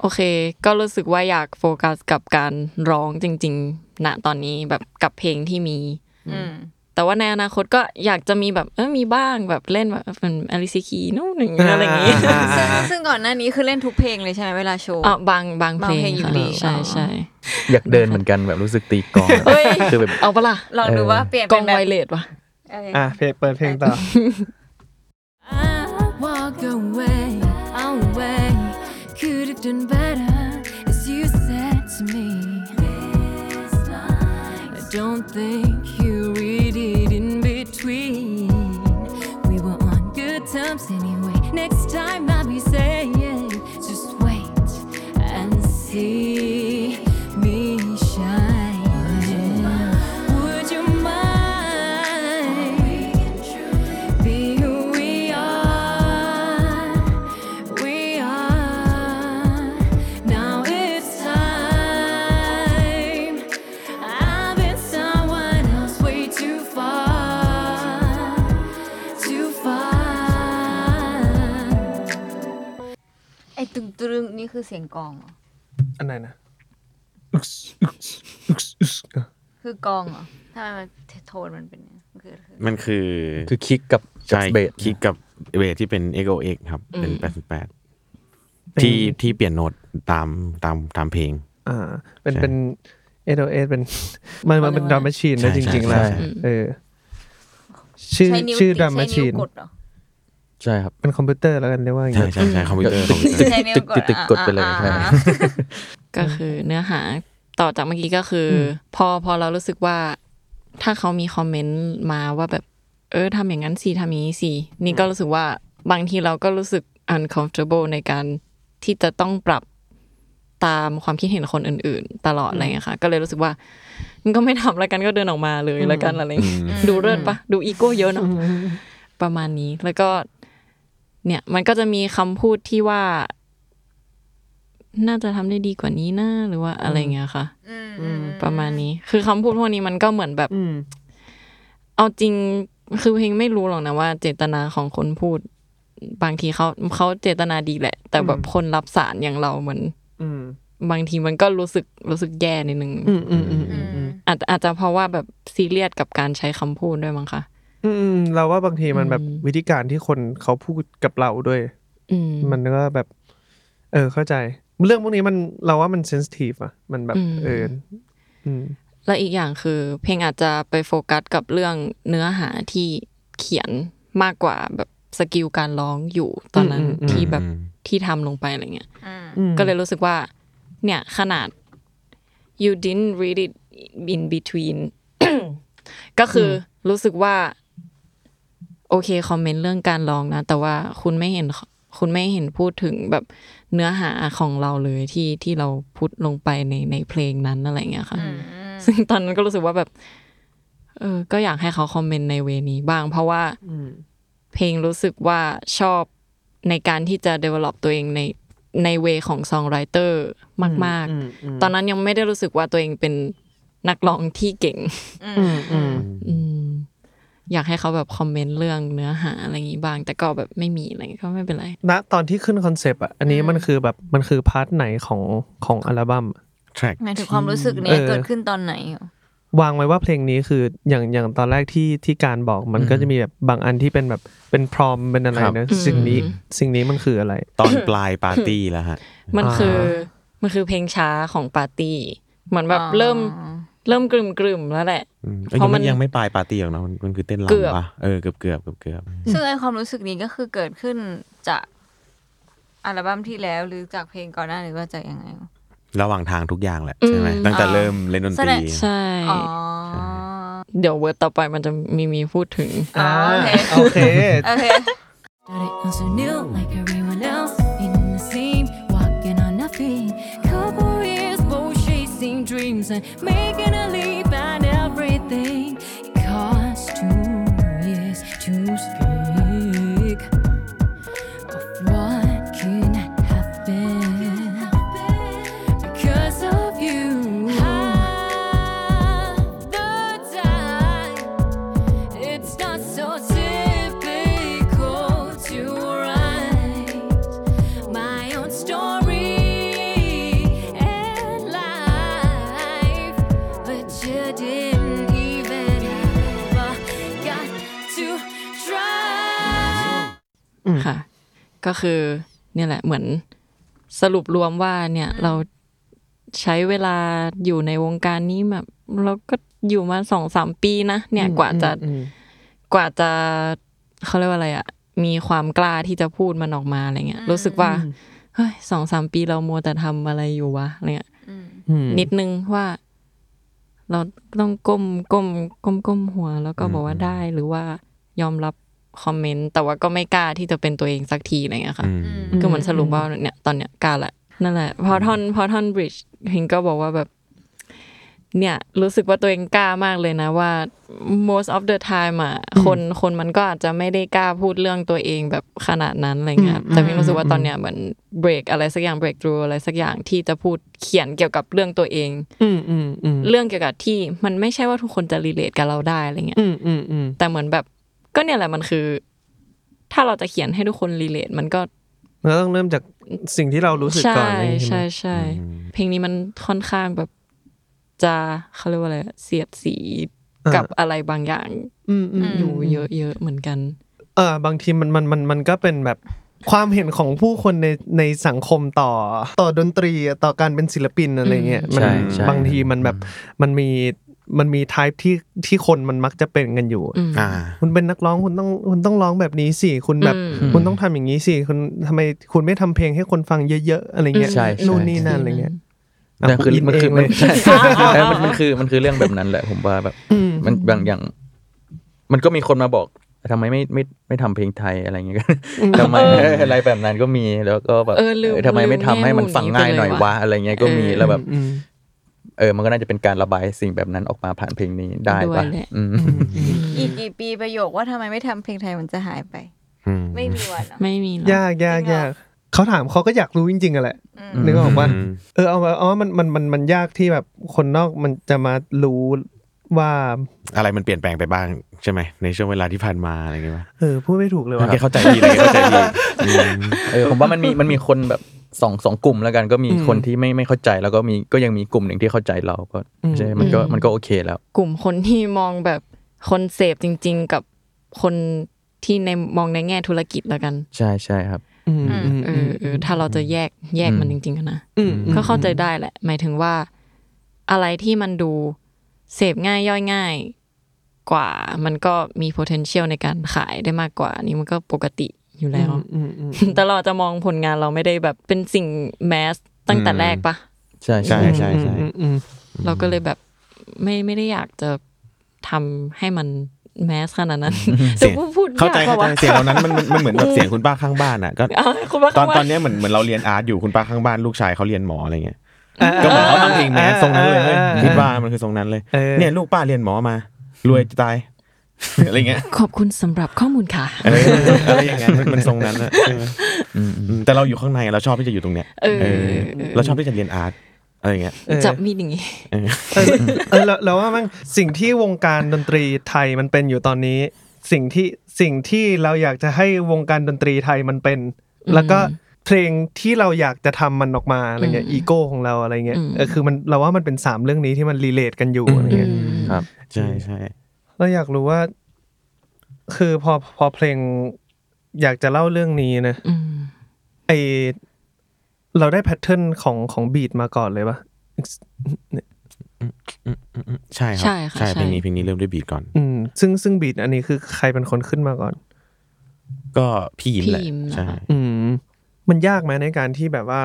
Speaker 5: โอเค ก็รู้สึกว่าอยากโฟกัสกับการร้องจริงๆณตอนนี้แบบกับเพลงที่มี แต่ว่าในอนาคตก็อยากจะมีแบบเออมีบ้างแบบเล่นแบบเป็นอลิซิคีนู่นอย่างเงี้ยอะไรอย่างงี้
Speaker 3: อ่า
Speaker 7: ซึ่งซึ่งก่อนหน้านี้คือเล่นทุกเพลงเลยใช่ไหมเวลาโชว์
Speaker 5: อ่ะบางบางเพลง
Speaker 7: บางเพลงอยู่
Speaker 5: ค่ะ
Speaker 7: ดี
Speaker 5: ใช่ใช่
Speaker 6: อยากเดินเหมือนกันแบบรู้สึกตีกลอง
Speaker 5: เอ้ย
Speaker 6: คือแบบ
Speaker 5: เอาปะล่ะ
Speaker 7: ลองดูว่าเปลี่ยน
Speaker 5: ก
Speaker 7: เป็
Speaker 5: อน ง
Speaker 7: แบบ
Speaker 5: ไวเลสวะ
Speaker 7: เออ
Speaker 3: อ่ะเพลงเปิดเพลงต่อ
Speaker 8: I walk away, away. Could have done better, as you said to me. I don't think you read it in between. We were on good terms anyway. Next time I'll be saying, just wait and see me shine. Would you mind? Be who we are. We are. Now it's time. I've been someone else way too far. Too far.
Speaker 7: ไอตึงตึงนี่คือเสียงกลองเหรอ
Speaker 3: อันไหน นะ
Speaker 7: คือกลองเหรอทำไมมันโทนมันเป็นอย่างนี้มันคือคือ
Speaker 4: มันคือ
Speaker 6: คือคิกกับกับ
Speaker 4: ใช่
Speaker 6: เบส
Speaker 4: คิดกับเวทที่เป็น x o x ครับ เป็น 88 ที่ที่เปลี่ยนโน้ตตามตามตามเพลง
Speaker 3: อ่า เป็น
Speaker 4: ใช่
Speaker 3: เป็นเอโดเอเป็น มันมันเป็นดัมมชีน
Speaker 4: ใช่
Speaker 3: นะจริง ๆ
Speaker 4: ใช่
Speaker 3: แล้ว
Speaker 4: ใช่
Speaker 3: เออ ชื่อ
Speaker 7: ใช้นิ้ว
Speaker 3: ชื่อ
Speaker 7: ใช้
Speaker 3: ดัมมชี
Speaker 7: นิ้วน กดเหรอ
Speaker 6: ใช่ครับ
Speaker 3: เป็นคอมพิวเตอร์แล้วกันเรียกว่าอย่าง
Speaker 4: ใช่
Speaker 3: เงี้ย
Speaker 4: ใช่ใช่คอมพิวเตอร์คอมพิวเตอร์
Speaker 7: ใช้นิ้ว
Speaker 6: ตึก
Speaker 7: กด
Speaker 6: ตึกตึกกดไปเลย
Speaker 7: อ่า
Speaker 6: ใช่
Speaker 7: อ่า
Speaker 5: ก็คือเนื้อหา ต่อจากเมื่อกี้ก็คืออพอพอเรารู้สึกว่า ถ้าเขามีคอมเมนต์มาว่าแบบ เออทำอย่างนั้นสิทำอย่างนี้สินี่ก็รู้สึกว่าบางทีเราก็รู้สึก uncomfortable ในการที่จะต้องปรับตามความคิดเห็นคนอื่น ๆ ตลอดอะไรอย่างเงี้ยค่ะ ก็เลยรู้สึกว่ามันก็ไม่ทำแล้วกันก็เดินออกมาเลยแล้วกันอะไรอย่างเงี้ยดูเลิศปะดูอีโก้เยอะเนาะประมาณนี้แล้วก็ เนี่ยมันก็จะมีคำพูดที่ว่า น่าจะทำได้ดีกว่านี้นะหรือว่าอะไรอย่างเงี้ยค่ะ
Speaker 7: อืมอืม
Speaker 5: ประมาณนี้ คือคำพูดพวกนี้มันก็เหมือนแบบ
Speaker 1: อืม
Speaker 5: เอาจริง คือเพลงไม่รู้หรอกนะว่า เจตนาของคนพูด บางทีเขาเขาเจตนาดีแหละ แต่แบบคนรับสารอย่างเราเหมือน
Speaker 1: อืม
Speaker 5: บางทีมันก็รู้สึกรู้สึกแย่นิดนึง
Speaker 1: อืมอืมอืม
Speaker 7: อืม
Speaker 5: อาจอาจจะเพราะว่าแบบซีเรียสกับการใช้คำพูดด้วยมั้งคะ
Speaker 3: อืมเราว่าบางทีมันแบบ
Speaker 5: อืม
Speaker 3: วิธีการที่คนเขาพูดกับเราด้วย
Speaker 5: อืม
Speaker 3: มันก็แบบ เออเข้าใจ เรื่องพวกนี้มันเราว่ามันเซนซิทีฟอะมันแบบ
Speaker 5: อืม
Speaker 3: เอออืม
Speaker 5: แล้วอีกอย่างคือ เพลงอาจจะไปโฟกัสกับเรื่องเนื้อหาที่เขียนมากกว่าแบบสกิลการร้องอยู่ตอนนั้น
Speaker 3: อืมอืม
Speaker 5: ที่แบบ
Speaker 4: อืม
Speaker 5: ที่ทำลงไปอะไรเงี้ย
Speaker 7: อืม
Speaker 3: อืม
Speaker 5: ก็เลยรู้สึกว่า เนี่ยขนาด you didn't read it in between ก็คือรู้สึกว่า โอเคคอมเมนต์เรื่องการร้องนะ แต่ว่าคุณไม่เห็น คุณไม่เห็นพูดถึงแบบเนื้อหาของเราเลยที่ที่เราพูดลงไปในในเพลงนั้นอะไรเงี้ยค่ะ ซึ่งตอนนั้นก็รู้สึกว่าแบบ เออ ก็อยากให้เขาคอมเมนต์ในเวนี้บ้าง เพราะว่าเพลงรู้สึกว่าชอบในการที่จะ develop ตัวเองในในเวของ songwriter มาก ๆ ตอนนั้นยังไม่ได้รู้สึกว่าตัวเองเป็นนักร้องที่เก่ง อืม อยากให้เขาแบบคอมเมนต์เรื่องเนื้อหาอะไรอย่างนี้บ้าง แต่ก็แบบไม่มีอะไรก็ไม่เป็นไร
Speaker 3: ณตอนที่ขึ้นคอนเซปต์อะอันนี้มันคือแบบมันคือพาร์ทไหนของของอัลบั้มอะ
Speaker 4: แท ร็ก
Speaker 7: หมายถึงความรู้สึกเนี้
Speaker 3: เอย อ
Speaker 7: เกิดขึ้นตอนไหนเหรอ
Speaker 3: วางไว้ว่าเพลงนี้คืออย่างอย่างตอนแรกที่ที่การบอกมันก็จะมีแบบบางอันที่เป็นแบบเป็นพรอมเป็นอะไร
Speaker 4: ครับ
Speaker 3: นะสิ่งนี้สิ่งนี้มันคืออะไร
Speaker 4: ตอนปลายปาร์ตี้แล้วฮะ
Speaker 5: มัน
Speaker 3: อ่า
Speaker 5: คือมันคือเพลงช้าของปาร์ตี้เหมือนแบบเริ่มเริ่มกลุ่มๆแล้วแหละ
Speaker 4: อืม
Speaker 5: เพราะ
Speaker 4: เพา
Speaker 5: มั
Speaker 4: มัน นยังไม่ปลายปาร์ตี้หรอกนะมันมันคือเต้น
Speaker 5: เกือบ
Speaker 4: ลำปะเออเกือบเกือบเกือบเกือบ
Speaker 7: ซึ่งไอความรู้สึกนี้ก็คือเกิดขึ้นจากอัลบั้มที่แล้วหรือจากเพลงก่อนหน้าหรือว่าจากยังไงวะ
Speaker 4: ระหว่างทางทุกอย่างแหละใช่ไหม
Speaker 5: อืม
Speaker 4: ตั้งแต่
Speaker 7: อ่า
Speaker 4: เริ่มเล่นดน
Speaker 7: แส
Speaker 4: ต
Speaker 7: ด
Speaker 4: รี
Speaker 7: ง
Speaker 5: ใช่
Speaker 7: อ๋อ
Speaker 5: เดี๋ยวเวิร์ดต่อไปมันจะมีมีพูดถึง
Speaker 7: อ๋อโอเค
Speaker 3: โอเค
Speaker 7: โอเค
Speaker 8: But I also knew, like everyone else, in the same, walking on nothing. Couple years, both chasing dreams and making a leap and everything. It cost two years to speak of what can happen because of you. Half the time. It's not so typical to write my own story and life, but you didn't even ever got to try.
Speaker 5: ค่ะ ก็คือเนี่ยแหละเหมือนสรุปรวมว่าเนี่ยเราใช้เวลาอยู่ในวงการนี้แบบเราก็อยู่มาสองสามปีนะ เนี่ยกว่าจะกว่าจะเขาเรียกว่าอะไรอะมีความกล้าที่จะพูดมันออกมาอะไรเงี้ยรู้สึกว่าเฮ้ยสองสามปีเรามัวแต่ทำอะไรอยู่วะอะไรเงี้ยนิดนึงว่า เราต้องก้มก้มก้มก้มหัว แล้วก็บอกว่าได้หรือว่ายอมรับคอมเมนต์แต่ว่าก็ไม่กล้าที่จะเป็นตัวเองสักทีอะไรเงี้ยค่ะ
Speaker 4: อืม
Speaker 5: ก็เหมือนสรุปว่าเนี่ยตอนเนี้ยกล้าละนั่นแหละพอท่อนพอท่อนบริดจ์พิงก็บอกว่าแบบ เนี่ยรู้สึกว่าตัวเองกล้ามากเลยนะว่า most of the time อ่ะคนคนมันก็อาจจะไม่ได้กล้าพูดเรื่องตัวเองแบบขนาดนั้นอะไรเงี้ยแต่พิงรู้สึกว่าตอนเนี้ยเหมือนเบรกอะไรสักอย่างเบรก through อะไรสักอย่างที่จะพูดเขียนเกี่ยวกับเรื่องตัวเอง
Speaker 3: อืมอืมอืม
Speaker 5: เรื่องเกี่ยวกับที่มันไม่ใช่ว่าทุกคนจะรีเลทกับเราได้อะไรเงี้ย
Speaker 3: อืมอืมอืม
Speaker 5: แต่เหมือนแบบก็เนี่ยแหละมันคือ ถ้าเราจะเขียนให้ทุกคนรีเลทมันก็
Speaker 3: เราต้องเริ่มจากสิ่งที่เรารู้สึกก่อนอะไรอย่างงี้ใช่
Speaker 5: ใช่
Speaker 3: ไหม
Speaker 5: ใช่เพลงนี้มันค่อนข้างแบบจะเขาเรียกว่าอะไรอะเสียดสีกับอะไรบางอย่าง
Speaker 3: อืมอืม
Speaker 5: อยู่เยอะๆเหมือนกัน
Speaker 3: เออบางทีมันมันมันมันก็เป็นแบบความเห็นของผู้คนในในสังคมต่อต่อดนตรีต่อการเป็นศิลปินอะไรเงี้ยมัน
Speaker 6: ใช่ใช่
Speaker 3: บางทีมันแบบมันมีมันมีไทป์ที่ที่คนมันมักจะเป็นกันอยู่
Speaker 4: อ่า
Speaker 3: คุณเป็นนักร้องคุณต้องคุณต้องร้องแบบนี้สิคุณแบบคุณต้องทำอย่างนี้สิคุณทำไมคุณไม่ทำเพลงให้คนฟังเยอะๆอะไรเงี้ย
Speaker 6: ใช่ใช่
Speaker 3: นู่นนี่นั่นอะไรเงี้ย ะ
Speaker 6: แต่คือ
Speaker 3: กูอิน
Speaker 6: มัน
Speaker 3: เอ
Speaker 6: คือง มั
Speaker 3: เล
Speaker 6: น
Speaker 3: ย
Speaker 6: ใช่แต่มันมันคือมันคือเรื่องแบบนั้นแหละ ผมว่าแบบมันบางอย่าง มันก็มีคนมาบอกทำไมไม่ไม่ไม่ทำเพลงไทยอะไรอย่างเงี้ยกันทำไมอะไรแบบนั้นก็มีแล้วก็แบบ
Speaker 5: เออลืม
Speaker 6: เออทำไมไม่ทำให้มันฟังง่ายหน่อยวะอะไรเงี้ยก็มี
Speaker 5: เออ
Speaker 6: แล้วแบบ เออ มันก็น่าจะเป็นการระบายสิ่งแบบนั้นออกมาผ่านเพลงนี้ได้
Speaker 5: ด้ว
Speaker 6: ปะ
Speaker 5: ยแหละ
Speaker 6: อืม
Speaker 7: อีกกี่ปีประโยคว่าทำไมไม่ทำเพลงไทยมันจะหายไป
Speaker 4: อืม
Speaker 7: ไม่มีวันหรอก
Speaker 5: ไม่มีหรอก
Speaker 3: ยากยาก
Speaker 7: จริงเหรอ
Speaker 3: ยากเขาถามเขาก็อยากรู้จริงๆอะแหละ
Speaker 7: อืม
Speaker 3: นึกออกว่า
Speaker 4: ม
Speaker 3: เออเอามาเอาว่ามันมันมันมันยากที่แบบคนนอกมันจะมารู้ว่า
Speaker 4: อะไรมันเปลี่ยนแปลงไปบ้างใช่ไหมในช่วงเวลาที่ผ่านมาอะไรเงี้ยป่ะ
Speaker 3: เออพูดไม่ถูกเลย
Speaker 4: โอ
Speaker 3: ว่ะ
Speaker 4: เคเข้าใจดีเลยเข้าใจดีอืม
Speaker 6: เออผมว่ามันมีมันมีคนแบบสองสองกลุ่มแล้วกันก็มีคนที่ไม่ไม่เข้าใจแล้วก็มีก็ยังมีกลุ่มหนึ่งที่เข้าใจเราก็ใช่มันก็
Speaker 5: อืม
Speaker 6: มันก็โอเคแล้ว
Speaker 5: กลุ่มคนที่มองแบบคนเสพจริง ๆ กับคนที่ในมองในแง่ธุรกิจแล้วกัน
Speaker 6: ใช่ใช่ครับ
Speaker 3: อืมอืม
Speaker 5: เออเออถ้าเราจะแยกแยกมันจริงๆอะนะ
Speaker 3: อืม
Speaker 5: ก็เข้าใจได้แหละ หมายถึงว่า อะไรที่มันดูเสพง่ายย่อยง่าย กว่ามันก็มี potential ในการขายได้มากกว่านี่มันก็ปกติอยู่แล้ว
Speaker 3: อืมอืม
Speaker 5: แต่เราจะมองผลงานเราไม่ได้แบบเป็นสิ่งแมสตั้งแต่
Speaker 4: อืม
Speaker 5: แรกปะ
Speaker 6: ใช่ใช่
Speaker 4: ใช่ใช่ใช่
Speaker 3: อืมอืม
Speaker 5: เราก็เลยแบบไม่ไม่ได้อยากจะทำให้มันแมสขนาดนั้น
Speaker 4: เสี
Speaker 5: จะ
Speaker 4: ยง
Speaker 5: พูดพูด
Speaker 4: เข้าใจ
Speaker 5: ยก
Speaker 4: เข้าใจ
Speaker 5: ปะวะ
Speaker 4: เสียงเหล่านั้นมันมันมันเหมือนแบบเสียงคุณป้าข้างบ้านอ่ะก็
Speaker 5: เอ้า คุณว่า
Speaker 4: ตอน
Speaker 5: เขาว่า
Speaker 4: ตอนเนี้ยเหมือนเหมือนเราเรียนอาร์ตอยู่คุณป้าข้างบ้านลูกชายเขาเรียนหมออะไรเงี้ย
Speaker 3: อ่า
Speaker 4: ก็เหมือนเขาทำเพลงแมสทรงนั้นเลยเว้ย
Speaker 3: ออ
Speaker 4: คิดว่ามันคือทรงนั้นเลย
Speaker 3: เออ
Speaker 4: เนี่ยลูกป้าเรียนหมอมา รวยจะตาย อะไรเงี้ย
Speaker 5: ขอบคุณสำหรับข้อมูลค่ะ
Speaker 4: อะไรอะไรอย่างเงี้ยมันมันทรงนั้นอะใช่ไหม
Speaker 6: อืม
Speaker 4: อืมแต่เราอยู่ข้างในเราชอบที่จะอยู่ตรงเนี้ย
Speaker 5: เออ
Speaker 4: เออเราชอบที่จะเรียนอาร์ตอะไรเงี้ย
Speaker 3: เออ
Speaker 5: จะมีอย่างงี้
Speaker 3: เออเออแล้วแล้วว่ามันสิ่งที่วงการดนตรีไทยมันเป็นอยู่ตอนนี้ สิ่งที่สิ่งที่เราอยากจะให้วงการดนตรีไทยมันเป็น แล้วก็เพลงที่เราอยากจะทำมันออกมาอะไรเงี้ยอีโก้ของเราอะไรเงี้ย
Speaker 5: อืม
Speaker 3: เออคือมันเราว่ามันเป็นสามเรื่องนี้ที่มันรีเลทกันอยู่อะไรเงี้ย
Speaker 6: ครับ
Speaker 4: ใช่ใช่
Speaker 3: เราอยากรู้ว่า คือพอพอเพลงอยากจะเล่าเรื่องนี้นะ
Speaker 5: อืม
Speaker 3: ไอเราได้แพทเทิร์นของของบีดมาก่อนเลยปะ
Speaker 4: ใช่ครับ
Speaker 5: ใช่ค่ะ
Speaker 4: ใช่
Speaker 5: ใช่
Speaker 4: เพลงนี้เพลงนี้เริ่มด้วยบีทก่อน
Speaker 3: อืม ซึ่งซึ่งบีดอันนี้คือใครเป็นคนขึ้นมาก่อน
Speaker 4: ก็พี่ยิ้มแหละ
Speaker 5: พี่ยิ้มนะคะ
Speaker 4: ใช่
Speaker 3: อืม มันยากไหมในการที่แบบว่า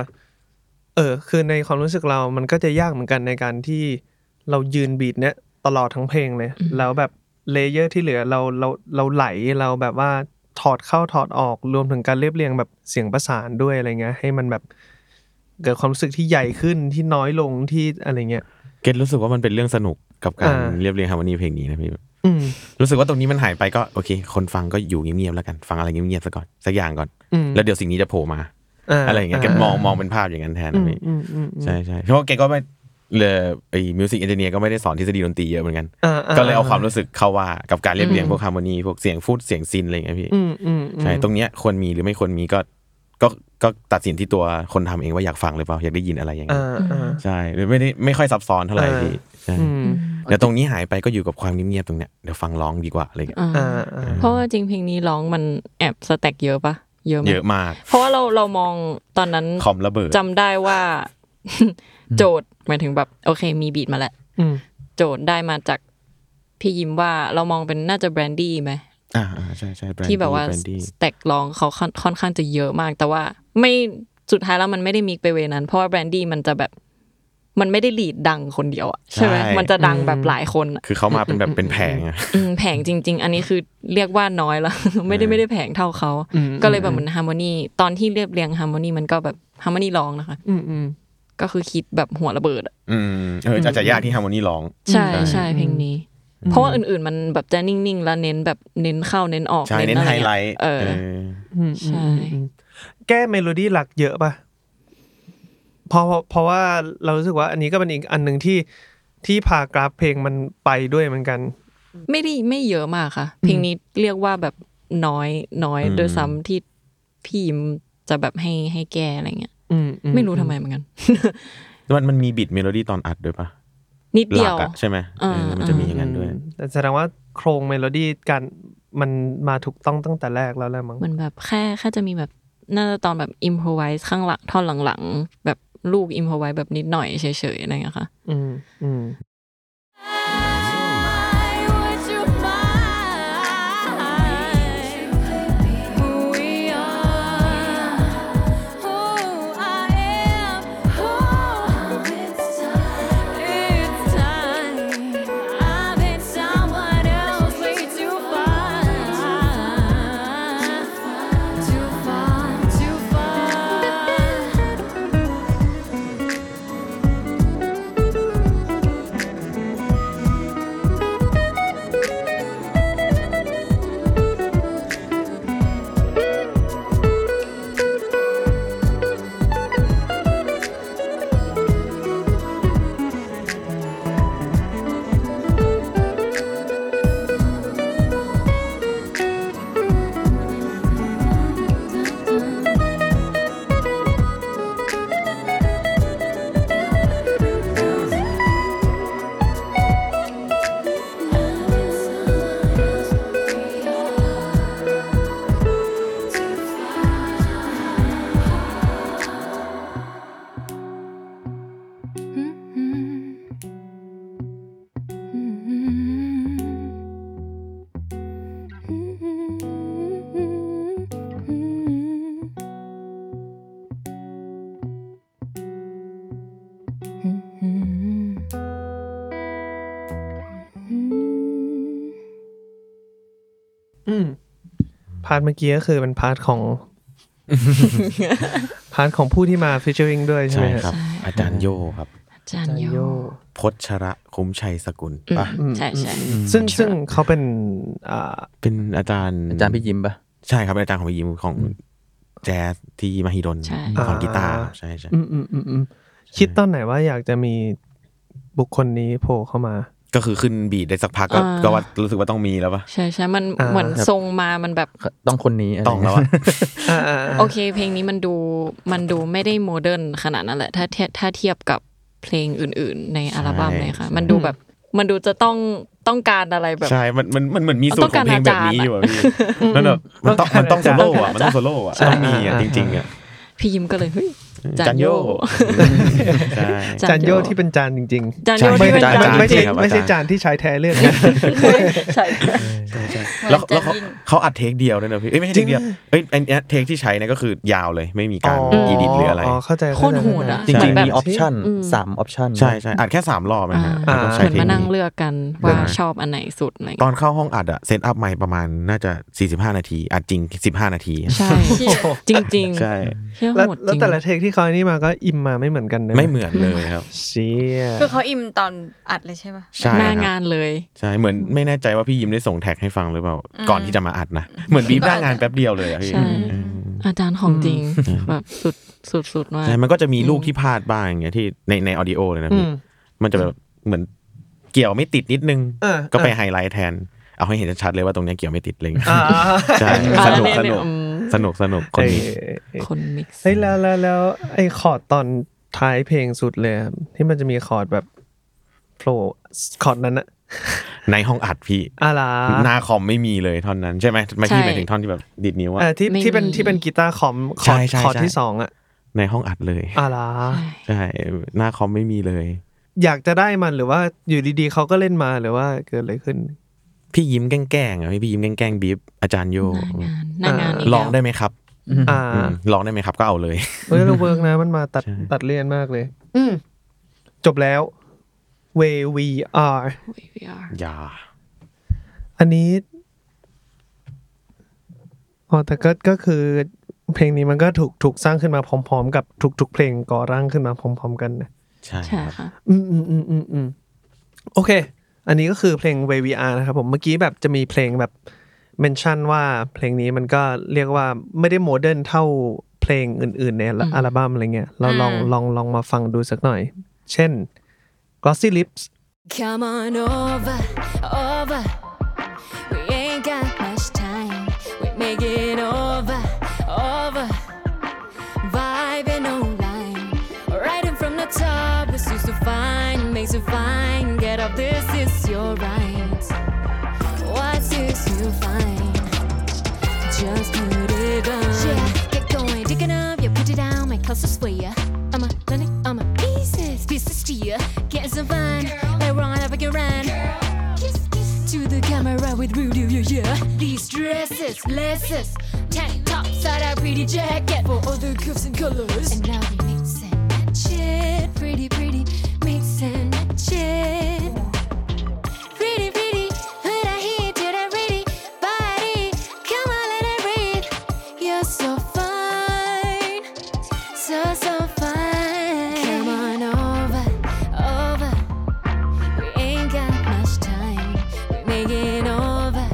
Speaker 3: เออ คือในความรู้สึกเรา มันก็จะยากเหมือนกันในการที่เรายืนบีดเนี้ยตลอดทั้งเพลงเลย แล้วแบบเลเยอร์ที่เหลือเราเราเราไหลเราแบบว่าถอดเข้าถอดออกรวมถึงการเรียบเรียงแบบเสียงประสานด้วยอะไรเงี้ย ให้มันแบบ เกิดความรู้สึกที่ใหญ่ขึ้นที่น้อยลงที่อะไรเงี้ย
Speaker 4: เกตรู้สึกว่ามันเป็นเรื่องสนุกกับการ
Speaker 3: อ่า
Speaker 4: เรียบเรียงฮาร์โมนีเพลงนี้นะพี่
Speaker 3: อืม
Speaker 4: รู้สึกว่าตรงนี้มันหายไปก็โอเค คนฟังก็อยู่เงียบๆแล้วกัน ฟังอะไรเงียบๆซะก่อนสักอย่างก่อน
Speaker 3: อืม
Speaker 4: แล้วเดี๋ยวสิ่งนี้จะโผล่มา อะไรอย่างเงี้ยแกมองมองเป็นภาพอย่างนั้นแทนนะพี่
Speaker 3: อืมอืมอืม
Speaker 4: ใช่ใช่เพราะว่าแกก็ไม่เลยไอ้มิวสิกเอนจิเนียร์ก็ไม่ได้สอนทฤษฎีดนตรีเยอะเหมือนกัน
Speaker 3: อ่า
Speaker 4: ก็เลยเอาความรู้สึกเข้าว่ากับการเรียบเรียงพวกฮาร์โมนีพวกเสียงฟูดเสียงซินอะไรอย่างเงี้ยพี่
Speaker 3: อืมอืมอืม
Speaker 4: ใช่ตรงเนี้ยควรมีหรือไม่ควรมีก็ก็ก็ตัดสินที่ตัวคนทำเองว่าอยากฟังหรือเปล่าอยากได้ยินอะไรอย่างเงี้
Speaker 3: อ่าย อ่า
Speaker 4: ใช่หรือไม่ได้ไม่ค่อยซับซ้อนเท่าไหร่
Speaker 3: อ่า
Speaker 4: พี่ใช่
Speaker 3: อืม
Speaker 4: เดี๋ยวตรงนี้หายไปก็อยู่กับความเงียบๆตรงเนี้ยเดี๋ยวฟังร้องดีกว่าอะไรอย่างเงี้ย
Speaker 5: อ่า
Speaker 3: อ่าอ่า
Speaker 5: เพราะว่าจริงเพลงนี้ร้องมันแอบสแต็กเยอะปะเยอะไหม
Speaker 4: เยอะมาก
Speaker 5: เพราะว่าเราเรามองตอนนั้น
Speaker 4: คอมระเบิด
Speaker 5: จำได้ว่า โจทย์หมายถึงแบบโอเคมีบีทมาแล้ว
Speaker 3: อืม
Speaker 5: โจทย์ได้มาจากพี่ยิ้มว่าเรามองเป็นน่าจะแบรนดี้ไหม
Speaker 4: อ่าอ่าใช่ใช่แบรน
Speaker 5: ที่
Speaker 4: ดี้
Speaker 5: แบบว่า
Speaker 4: แบรนดี้
Speaker 5: สแต็กร้องเขาค่อนค่อนข้างจะเยอะมาก แต่ว่าไม่สุดท้ายแล้วมันไม่ได้มีไปเวนั้น เพราะว่าแบรนดี้มันจะแบบมันไม่ได้ลีดดังคนเดียวอะใช่ไหมมันจะดังแบบหลายคนอะ
Speaker 4: คือเขามาเป็นแบบเป็นแผงอะ
Speaker 5: อืมแผงจริง ๆ อันนี้คือเรียกว่าน้อยแล้ว ไม่ได้ไม่ได้แผงเท่าเขา
Speaker 3: อืม
Speaker 5: ก็เลยแบบเหมือนฮาร์โมนีตอนที่เรียบเรียงฮาร์โมนีมันก็แบบฮาร์โมนีร้องนะคะ
Speaker 3: อืมอืม
Speaker 5: ก็คือคิดแบบหัวระเบิดอะ
Speaker 4: อืมเออจะจะยากที่ฮาร์โมนีร้อง
Speaker 5: ใช่
Speaker 4: ใช่
Speaker 5: ใช่เพลงนี้ เพราะว่าอื่น ๆ มันแบบจะนิ่ง ๆ แล้วเน้นแบบเน้นเข้าเน้นออก
Speaker 4: ใช่เน้น
Speaker 5: อะไร
Speaker 4: ไฮ
Speaker 5: งี้ย
Speaker 4: ไลท์
Speaker 5: เออ
Speaker 4: เออ
Speaker 5: ใช่
Speaker 3: แก้เมโลดี้หลักเยอะป่ะเพราะเพราะเพราะว่าเรารู้สึกว่า อันนี้ก็เป็นอีกอันหนึ่งที่ที่พากราฟเพลงมันไปด้วยเหมือนกัน
Speaker 5: ไม่ได้ไม่เยอะมากค่ะ เพลงนี้เรียกว่าแบบน้อยน้อย
Speaker 4: อืม
Speaker 5: โดวยซ้ำที่พี่ยิมจะแบบให้ให้แก้อะไรเงี้ย
Speaker 3: อืมอื
Speaker 5: ไม่รู้ทำไมเหมือนกัน
Speaker 4: มันมันมีบิดเมโลดี้ตอนอัดด้วยปะ
Speaker 5: นิด
Speaker 4: ห
Speaker 5: เดี
Speaker 4: ลั
Speaker 5: ยว
Speaker 4: อะใช่ไหม
Speaker 5: อ่า
Speaker 4: เออมันจะมีอย่างนั้นด้วย
Speaker 3: แต่แสดงว่าโครงเมโลดี้การมันมาถูกต้องตั้งแต่แรกแล้วแหละมั้ง
Speaker 5: เหมือนแบบแค่แค่จะมีแบบน่าจะตอนแบบอิมพอไวส์ข้างหลังท่อนหลังๆ แบบลูกอิมพอไวส์แบบนิดหน่อยเฉยๆอะไรอย่างเงี้ยค่ะ
Speaker 3: อืมอืม
Speaker 8: Would you mind who we are, who I am, who
Speaker 3: พาร์ทเมื่อกี้ก็คือเป็นพาร์ทของ พาร์ทของผู้ที่มาฟิชเชอริงด้วยใช่
Speaker 4: ใช่
Speaker 3: ไหม
Speaker 4: ครับ อาจารย์โยครับ
Speaker 5: อาจารย์โย
Speaker 4: พชระคุ้มชัยสกุล
Speaker 5: อืม
Speaker 4: ปะ
Speaker 5: ใช่ใช่
Speaker 3: ซึ่งซึ่งเขาเป็นอ่า
Speaker 4: เป็นอาจารย์
Speaker 6: อาจารย์พี่ยิ้มปะ
Speaker 4: ใช่ครับเป็นอาจารย์ของพี่ยิมของแจ๊สที่มหิดล
Speaker 5: ใช่
Speaker 4: สอนกีตาร์ใช่ใช่
Speaker 3: อืมอืมอืมอืมคิดตอนไหนว่าอยากจะมีบุคคลนี้โผล่เข้ามา
Speaker 4: ก็คือขึ้นบีดได้สักพักก็ก็ว่ารู้สึกว่าต้องมีแล้วปะ
Speaker 5: ใช่ใช่มัน
Speaker 3: อ่า
Speaker 5: เหมือนทรงมามันแบบ
Speaker 6: ต้องคนนี้ะไร
Speaker 4: ต้องแล้วอะ
Speaker 3: อ่าอ่า
Speaker 5: โอเค เพลงนี้มันดูมันดูไม่ได้โมเดิร์นขนาดนั้นแหละถ้าเทียบถ้าเทียบกับเพลงอื่น ๆ ในอัลบั้มเลยค่ะ มันดูแบบมันดูจะต้องต้องการอะไรแบบ
Speaker 4: ใช่มันมันมันเหมือนมีสูตรของเพลงแบบนี้อยู่อะพี่มันแบบมันต้องมันต้องโซโล่อะมันต้องโซโล่อะต้องมีอะจริงๆอะ
Speaker 5: พี่ยิ้มก็เลยเฮ้ย
Speaker 4: อาจารย์โยใช่
Speaker 3: จานโยที่เป็นจานจริง
Speaker 5: จานโย
Speaker 3: ๆ
Speaker 4: ใช่
Speaker 3: ไม่
Speaker 5: ที่เป็น
Speaker 4: จาน
Speaker 5: จาน
Speaker 3: ไม่ใช่
Speaker 4: จานจริงครับ
Speaker 3: ไม่ใช่
Speaker 4: อาจารย์
Speaker 3: จานที่ใช้แท้เลือดนะ
Speaker 7: ใช่
Speaker 4: แล้วแล้วเขาเขาอัดเทคเดียวด้วยนะพี่เอ้ยไม่ใช่เทคเดียวเอ้ยอันเนี้ยเทคที่ใช้เนี่ยก็คือยาวเลยไม่มีการอีดิทหรืออะไร
Speaker 3: เข้าใจ
Speaker 5: โคตรโหดอะ
Speaker 6: จริง
Speaker 5: แบ
Speaker 6: ๆ
Speaker 5: บ
Speaker 6: มีออปชั่น
Speaker 5: อืม
Speaker 6: สามออปชั่น
Speaker 4: ใช่ใช่อัดแค่สามรอบนะ
Speaker 5: อ่า
Speaker 4: ฮะแล้ว
Speaker 5: เห
Speaker 4: ก็ใช้
Speaker 5: มือน
Speaker 4: เทค
Speaker 5: มานั่ง
Speaker 4: นิค
Speaker 5: เลือกกันว่า
Speaker 4: ใช่
Speaker 5: ชอบอันไหนสุดอะไร
Speaker 4: ต
Speaker 5: เงี้ย
Speaker 4: อนเข้าห้องอัดอะเซตอัพใหม่ประมาณน่าจะ 45 นาที อัดจริง 15 นาที
Speaker 5: ใช่ จริงๆ
Speaker 4: ใช่
Speaker 5: เชี่ย
Speaker 3: แล้ว
Speaker 5: โหดจ
Speaker 3: แล้ว
Speaker 5: ริง
Speaker 3: แต่ละเทคที่เขาอันนี่มาก็อิ่มมาไม่เหมือนกันนะ
Speaker 4: ไม่เหมือนเลยครับ
Speaker 3: เชี่ย
Speaker 7: คือเขาอิ่มตอนอัดเลยใช่ป่ะ
Speaker 4: ใช่
Speaker 5: หน้า
Speaker 4: ค
Speaker 5: งา
Speaker 4: รับ
Speaker 5: นเลย
Speaker 4: ใช่เหมือนไม่แน่ใจว่าพี่ยิ้มได้ส่งแท็กให้ฟังหรือเปล่า ก่อนที่จะมาอัดนะ เหมือนบีบหน้างานแป๊บเดียวเลยอะพี่
Speaker 5: ใช่
Speaker 4: อืม
Speaker 5: อาจารย์ของจริงแบบสุดสุดสุดมาก
Speaker 4: ใช่มันก็จะมีลูกที่พลาดบ้างอย่างเงี้ยที่ในในออดิโอเลยนะพี่มันจะแบบเหมือนเกี่ยวไม่ติดนิดนึง
Speaker 3: เออ
Speaker 4: ก็ไปไฮไลท์แทน เอาให้เห็นชัดๆเลยว่าตรงเนี้ยเกี่ยวไม่ติดเลย
Speaker 3: อ่า
Speaker 4: ใช่
Speaker 5: อ่า
Speaker 4: สนุก
Speaker 5: เนี่
Speaker 4: ส
Speaker 5: ยเนี่
Speaker 4: นุ
Speaker 5: ย
Speaker 4: ก
Speaker 5: อืม
Speaker 4: สนุกสนุกคนนี้
Speaker 3: เอ่อ
Speaker 5: คนมิกซ์
Speaker 3: เฮ้ยแล้วแล้วแล้วไอ้คอร์ดตอนท้ายเพลงสุดเลยครับที่มันจะมีคอร์ดแบบโผล่คอร์ดนั้นอะ
Speaker 4: ในห้องอัดพี่
Speaker 3: อะไรา
Speaker 4: หน้าคอมไม่มีเลยท่อนนั้นใช่ไหมไม่ที่หมายถึงท่อนที่แบบดิดนิ้วอะ
Speaker 3: เออที่ที่เป็นที่เป็นกีตาร์คอมคอร์ด
Speaker 4: ใช่ใช่
Speaker 3: คอร์ด
Speaker 4: ใช่
Speaker 3: ที่สองอะ
Speaker 4: ในห้องอัดเลย
Speaker 3: อะไรา
Speaker 4: ใช่ หน้าคอมไม่มีเลย
Speaker 3: อยากจะได้มันหรือว่าอยู่ดีๆเขาก็เล่นมาหรือว่าเกิดอะไรขึ้น
Speaker 4: พี่ยิ้มแกล้งๆอะพี่พี่ยิ้มแกล้งๆบีบอาจารย์โย
Speaker 5: หน้างานหน้างานก
Speaker 4: ลองได้ไหมครับ
Speaker 3: อ่า
Speaker 4: อืมลองได้ไหมครับก็เอาเลย
Speaker 3: เฮ้ยเราเวิร์กนะมันมาตัดตัดเลียนมากเลย อืมจบแล้ว where we are
Speaker 5: แล้ว VR
Speaker 4: อย่า
Speaker 3: อันนี้อ๋อแต่ก็ก็คือเพลงนี้มันก็ถูกถูกสร้างขึ้นมาพร้อม ๆ กับทุกๆเพลงก่อร่างขึ้นมาพร้อม ๆ กันนะ
Speaker 4: ใช่
Speaker 5: ใช่
Speaker 4: ครับ
Speaker 5: ค่ะ
Speaker 3: อืมอืมอืมอืมอืมโอเค อันนี้ก็คือเพลง Way We Are นะครับผมเมื่อกี้แบบจะมีเพลงแบบเมนชั่นว่าเพลงนี้มันก็เรียกว่าไม่ได้โมเดิร์นเท่าเพลงอื่น ๆ ในอัลอัลบั้มอะไรเงี้ย เราลองลองลองมาฟังดูสักหน่อย เช่น Glossy Lips
Speaker 8: Come on over, over. We ain't got much time. We make it over, over. Vibing online, riding from the top. It's just so fine, makes you fine. Get up, this is your right. What's this you find? Just put it on. Yeah, get going, dig it up, yeah, put it down, make hustles for ya. I'm a clinic, I'm a pieces, pieces to ya. Getting some fun, like Ron, have a good run. Kiss, kiss to the camera with Rudy, yeah, yeah. These dresses, laces, tank tops, side out pretty jacket for all the curves and colors. And now we mix and match it, pretty, pretty, mix and match it. Pretty, pretty, put a heat to that pretty body. Come on, let it breathe. You're so fine, so so fine. Come on over, over. We ain't got much time. We make it over,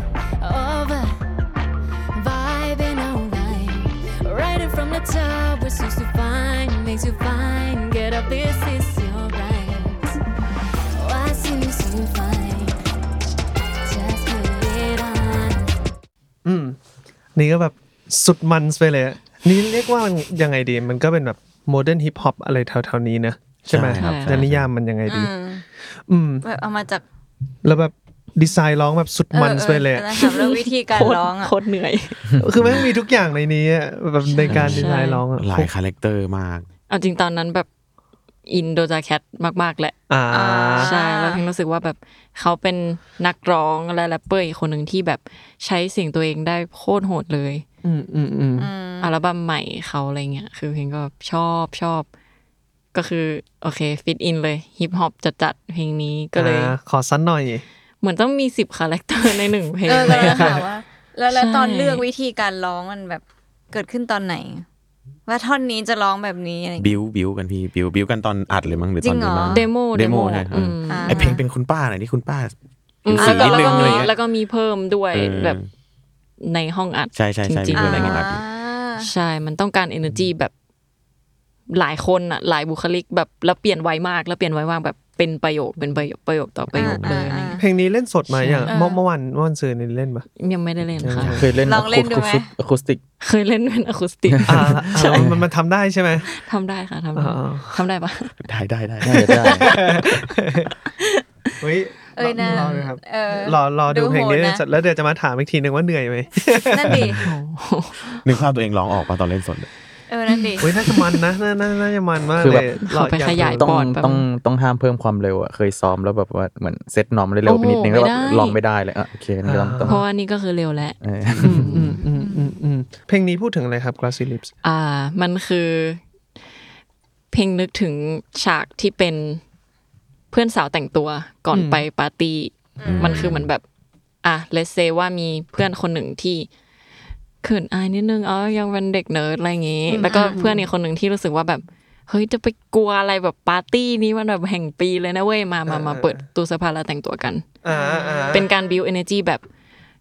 Speaker 8: over. Vibing all night, riding from the top. We're supposed to find, makes you fine. Get up, this is your right. Why seems so fine? Just put it on.
Speaker 3: อืมนี่ก็แบบสุดมันไปเลยอะนี่เรียกว่ามันยังไงดี มันก็เป็นแบบโมเดิร์นฮิปฮอปอะไรแถวๆนี้นะใช่ไหม
Speaker 4: ครับ
Speaker 5: ใช่
Speaker 3: จะนิยามมันยังไงดี
Speaker 7: อืม
Speaker 3: อืม
Speaker 7: แบบเอามาจาก
Speaker 3: แล้วแบบดีไซน์ร้องแบบสุดมันไปเลยอะ
Speaker 7: เออถามเรื่องวิธีการ
Speaker 5: โคตร
Speaker 7: ร้องอ่ะ
Speaker 5: โคตรเหนื่อย
Speaker 3: คือแม่งมีทุกอย่างในนี้อะแบบในการดีไซน์ร้องอะ
Speaker 4: หลายคาแรคเตอร์มาก
Speaker 5: เอาจริงตอนนั้นแบบอินโดจาแคทมากๆแหละ
Speaker 3: อ่า
Speaker 5: ใช่แล้วเพิงรู้สึกว่าแบบเขาเป็นนักร้องและแรปเปอร์อีกคนหนึ่งที่แบบใช้เสียงตัวเองได้โคตรโหดเลย
Speaker 3: อืมอืมอืม
Speaker 5: อัลบั้มใหม่เขาอะไรเงี้ย คือเพลงก็แบบชอบชอบ ก็คือโอเคฟิตอินเลยฮิปฮอปจัดๆเพลงนี้ก็เลย
Speaker 3: อ่าขอสั้นหน่อย
Speaker 5: เหมือนต้องมีสิบคาแรคเตอร์ในหนึ่งเพลง
Speaker 7: เออ
Speaker 5: อะไร
Speaker 7: กำลัง
Speaker 5: เงี้ย
Speaker 7: ถามว่า
Speaker 2: แล้วแล้ว
Speaker 5: ใช่
Speaker 2: ตอนเลือกวิธีการร้องมันแบบเกิดขึ้นตอนไหน ว่าท่อนนี้จะร้องแบบนี้อะไรอย่างเงี้ย
Speaker 4: บิวบิวกันพี่บิวบิวกันตอนอัดเลยมั้งหรือตอนนี้มั้
Speaker 2: จริงห
Speaker 4: ง
Speaker 2: รอ
Speaker 5: เดโม
Speaker 4: เดโมใช่อืม
Speaker 2: อ่า
Speaker 4: ไอเพลงเป็นคุณป้าหน่อยที่คุณป้า
Speaker 5: อืม
Speaker 4: สี
Speaker 5: แล้วก็
Speaker 4: นิด
Speaker 5: แล้ว
Speaker 4: นึง
Speaker 5: ก็
Speaker 4: อะไร
Speaker 5: มี
Speaker 4: เงี้ย
Speaker 5: แล้วก็มีเพิ่มด้วย
Speaker 4: เออ
Speaker 5: แบบในห้องอัด
Speaker 4: ใช่ใช่ใช่
Speaker 5: จริงๆ
Speaker 4: มีเพื่อนอะไรเงี้ยครับ
Speaker 5: ใช่ มันต้องการ energy แบบหลายคนอะหลายบุคลิกแบบแล้วเปลี่ยนไวมาก แล้วเปลี่ยนไวมากแบบเป็นประโยคเป็นประโยคประโยคต่อประโยคเลยอะไรเงี้ย
Speaker 3: เพลงนี้เล่นสดไหมอย่างเมื่อเมื่อวันเมื่อวันซื้อนี่เล่นปะ
Speaker 5: ยังไม่ได้เล่นค่ะ
Speaker 6: เคยเล่น
Speaker 7: ลองเล่นดูไหม
Speaker 6: อะคูสติก
Speaker 5: เคยเล่นเป็นอะคูสติก
Speaker 3: อ่าอ่ามันมันทำได้ใช่ไหม
Speaker 5: ทำได้ค่ะทำได้
Speaker 3: อ่า
Speaker 5: ทำได้ปะ
Speaker 4: ได้ได้ได้
Speaker 6: น่าจะได้
Speaker 3: เฮ้ย
Speaker 2: เอ้ยนะ
Speaker 3: รอดูครับ
Speaker 2: เออ
Speaker 3: รอรอดูเพลงนี้
Speaker 2: ดูโหดนะ
Speaker 3: แล้วเดี๋ยวจะมาถามอีกทีนึงว่าเหนื่อยไหม
Speaker 2: นั่นดิ
Speaker 4: นึกภาพตัวเองร้องออกมาตอนเล่นสดเลย
Speaker 2: เออนั่นดิ
Speaker 3: เฮ้ยน่าจะมันนะน่าน่าน่าจะมันมาก
Speaker 6: คือ
Speaker 3: เล
Speaker 6: แบบ
Speaker 3: ย
Speaker 5: ขอไป
Speaker 3: ก
Speaker 5: ขยาย
Speaker 3: ดู
Speaker 6: ต้อง
Speaker 5: ปอดปะ
Speaker 6: ต้องต้องห้ามเพิ่มความเร็วอะเคยซ้อมแล้วแบบว่าเหมือนเซตนอมเร็วๆไปนิดนึง
Speaker 5: โอ้
Speaker 6: แล้วแบบ
Speaker 5: โหไม่ได้
Speaker 6: ลองไม่ได้เลยอ่ะโอเคงั้นก็ต้องต้อง
Speaker 5: เพราะว่านี่ก็คือเร็วแล้ว
Speaker 6: เออ
Speaker 3: อืมอืมอืมอืมเพลงนี้พูดถึงอะไรครับ Glassy Lips
Speaker 5: อ่ามันคือ เพลงนึกถึงฉากที่เป็นเพื่อนสาวแต่งตัวก่อนไปปาร์ตี้มันคือเหมือนแบบ อ่ะเลสเซว่ามีเพื่อนคนหนึ่งที่เขินอายนิดนึงเอ๋อยังเป็นเด็กเนิร์ดอะไรอย่างงี้ แล้วก็เพื่อนอีกคนหนึ่งที่รู้สึกว่าแบบ เฮ้ยจะไปกลัวอะไรแบบปาร์ตี้นี้มันแบบแห่งปีเลยนะเว้ยมามามาเปิดตู้เสื้อผ้าแล้วแต่งตัวกัน
Speaker 3: อ่าอ่า
Speaker 5: เป็นการ build energy แบบ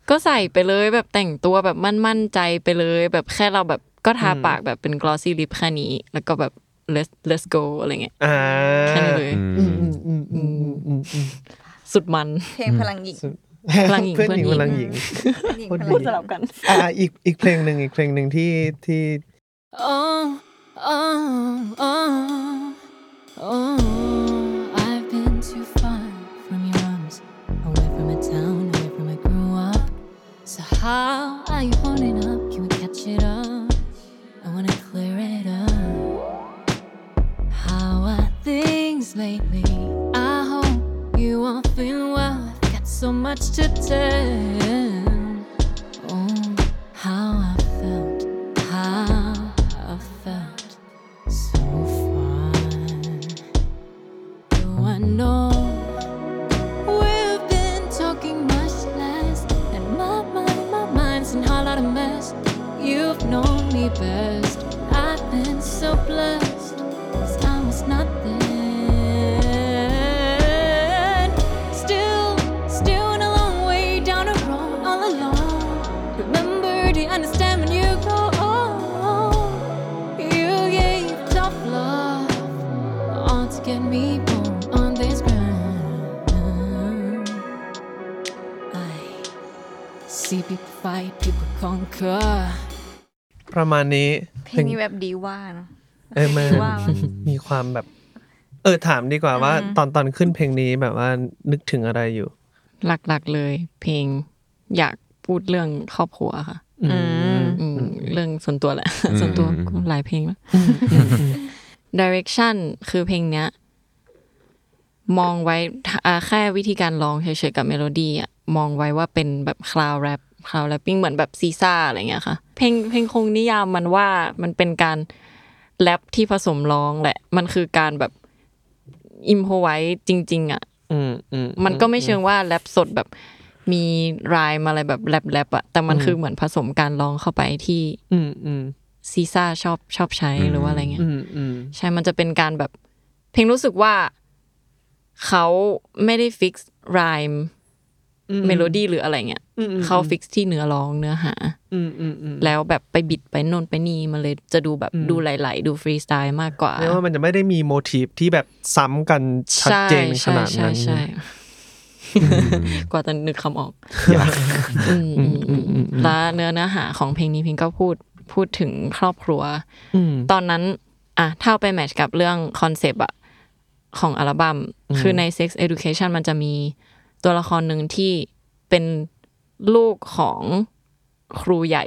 Speaker 5: ก็ใส่ไปเลยแบบแต่งตัวแบบมั่นมั่นใจไปเลย แบบแค่เราแบบก็ทาปากแบบเป็น glossy lip แค่นี้ แล้วก็แบบ let's let's go อะไรเงี้ย
Speaker 3: อ่า
Speaker 5: แค่นี้เลย
Speaker 3: อืมอืมอืมอืมอืมอืม
Speaker 5: สุดมัน
Speaker 2: เพลงพลังหญิง
Speaker 5: พลังหญิง
Speaker 3: เพื่อนหญิง
Speaker 5: เพื่
Speaker 3: พ
Speaker 5: อนห
Speaker 3: ลังห
Speaker 5: ญิง
Speaker 3: ญิง
Speaker 2: พลังหญิง
Speaker 3: คน
Speaker 2: พ
Speaker 3: ดี
Speaker 2: ลังหญิง
Speaker 3: อ่าอีกอีกเพลงหนึ่งอีกเพลงหนึ่งที่ที่
Speaker 8: Oh, oh, oh, oh, I've been too far from your arms, away from a town, away from a grew up. So how are you holding up? Can we catch it up? I wanna clear it up. How are things lately? I hope you are feeling well. I've got so much to tell. Oh, how I felt, how I felt so fine. Do I know we've been talking much less? And my mind, my mind's in a whole lot of mess. You've known me best. I've been so blessed. 'cause I was not there. Still, still on a long way down a road all alone. Remember to understand when you grow old. You gave tough love, all to get me born on this ground. I see people fight, people conquer.
Speaker 3: ประมาณนี้
Speaker 2: เพลงนี้แบบดีว่าเนอะ
Speaker 3: เออมัน
Speaker 2: ว้าว
Speaker 3: มีความแบบ เออถามดีกว่าว่า ตอนตอนขึ้นเพลงนี้แบบว่านึกถึงอะไรอยู่
Speaker 5: หลักๆเลย เพลงอยากพูดเรื่องครอบครัวค่ะ
Speaker 3: อืม
Speaker 5: อืมเรื่องส่วนตัวแหละ ส่วนตัวกูหลายเพลงแล้ว direction คือเพลงเนี้ย มองไว้อ่าแค่วิธีการร้องเฉยๆกับเมโลดี้อ่ะมองไว้ว่าเป็นแบบคลาวแรปคลาวแรปปิ้งเหมือนแบบซีซ่าอะไรเงี้ยค่ะ เพลงเพลงคงนิยามมันว่ามันเป็นการแรปที่ผสมร้องแหละ มันคือการแบบอิมโพไว้จริง ๆ อ่ะ
Speaker 3: อืมอืม
Speaker 5: มันก็ไม่เชิงว่าแรปสดแบบมีรายมาอะไรแบบแรปแรปอะแต่มันคือเหมือนผสมการร้องเข้าไปที่
Speaker 3: อืมอืม
Speaker 5: ซีซ่าชอบชอบใช้หรือว่าอะไรเงี้ย
Speaker 3: อืมอืม
Speaker 5: ใช่มันจะเป็นการแบบ เพลงรู้สึกว่าเขาไม่ได้ฟิกซ์รายเมโลดี้หรืออะไรเงี้ยเขาฟิกซ์ที่เนื้อร้องเนื้อหา
Speaker 3: อืมอืมอืม
Speaker 5: แล้วแบบไปบิดไปโนนไปนี่มันเลยจะดูแบบดูไหลๆดูฟรีสไตล์มากกว่า
Speaker 3: เรียกว่ามันจะไม่ได้มีโมทีฟที่แบบซ้ำกันชัดเจนขนาดนั้น
Speaker 5: ใช่ใช่ใช่กว่าจะนึกคำออกอืมอืมแล้วเนื้อเนื้อหาของเพลงนี้เพลงก็พูดพูดถึงครอบครัว ตอนนั้น อ่ะถ้าเอาไปแมทช์กับเรื่องคอนเซปต์อะของอัลบัม้มคือใน Sex Education มันจะมีตัวละครหนึ่งที่เป็นลูกของครูใหญ่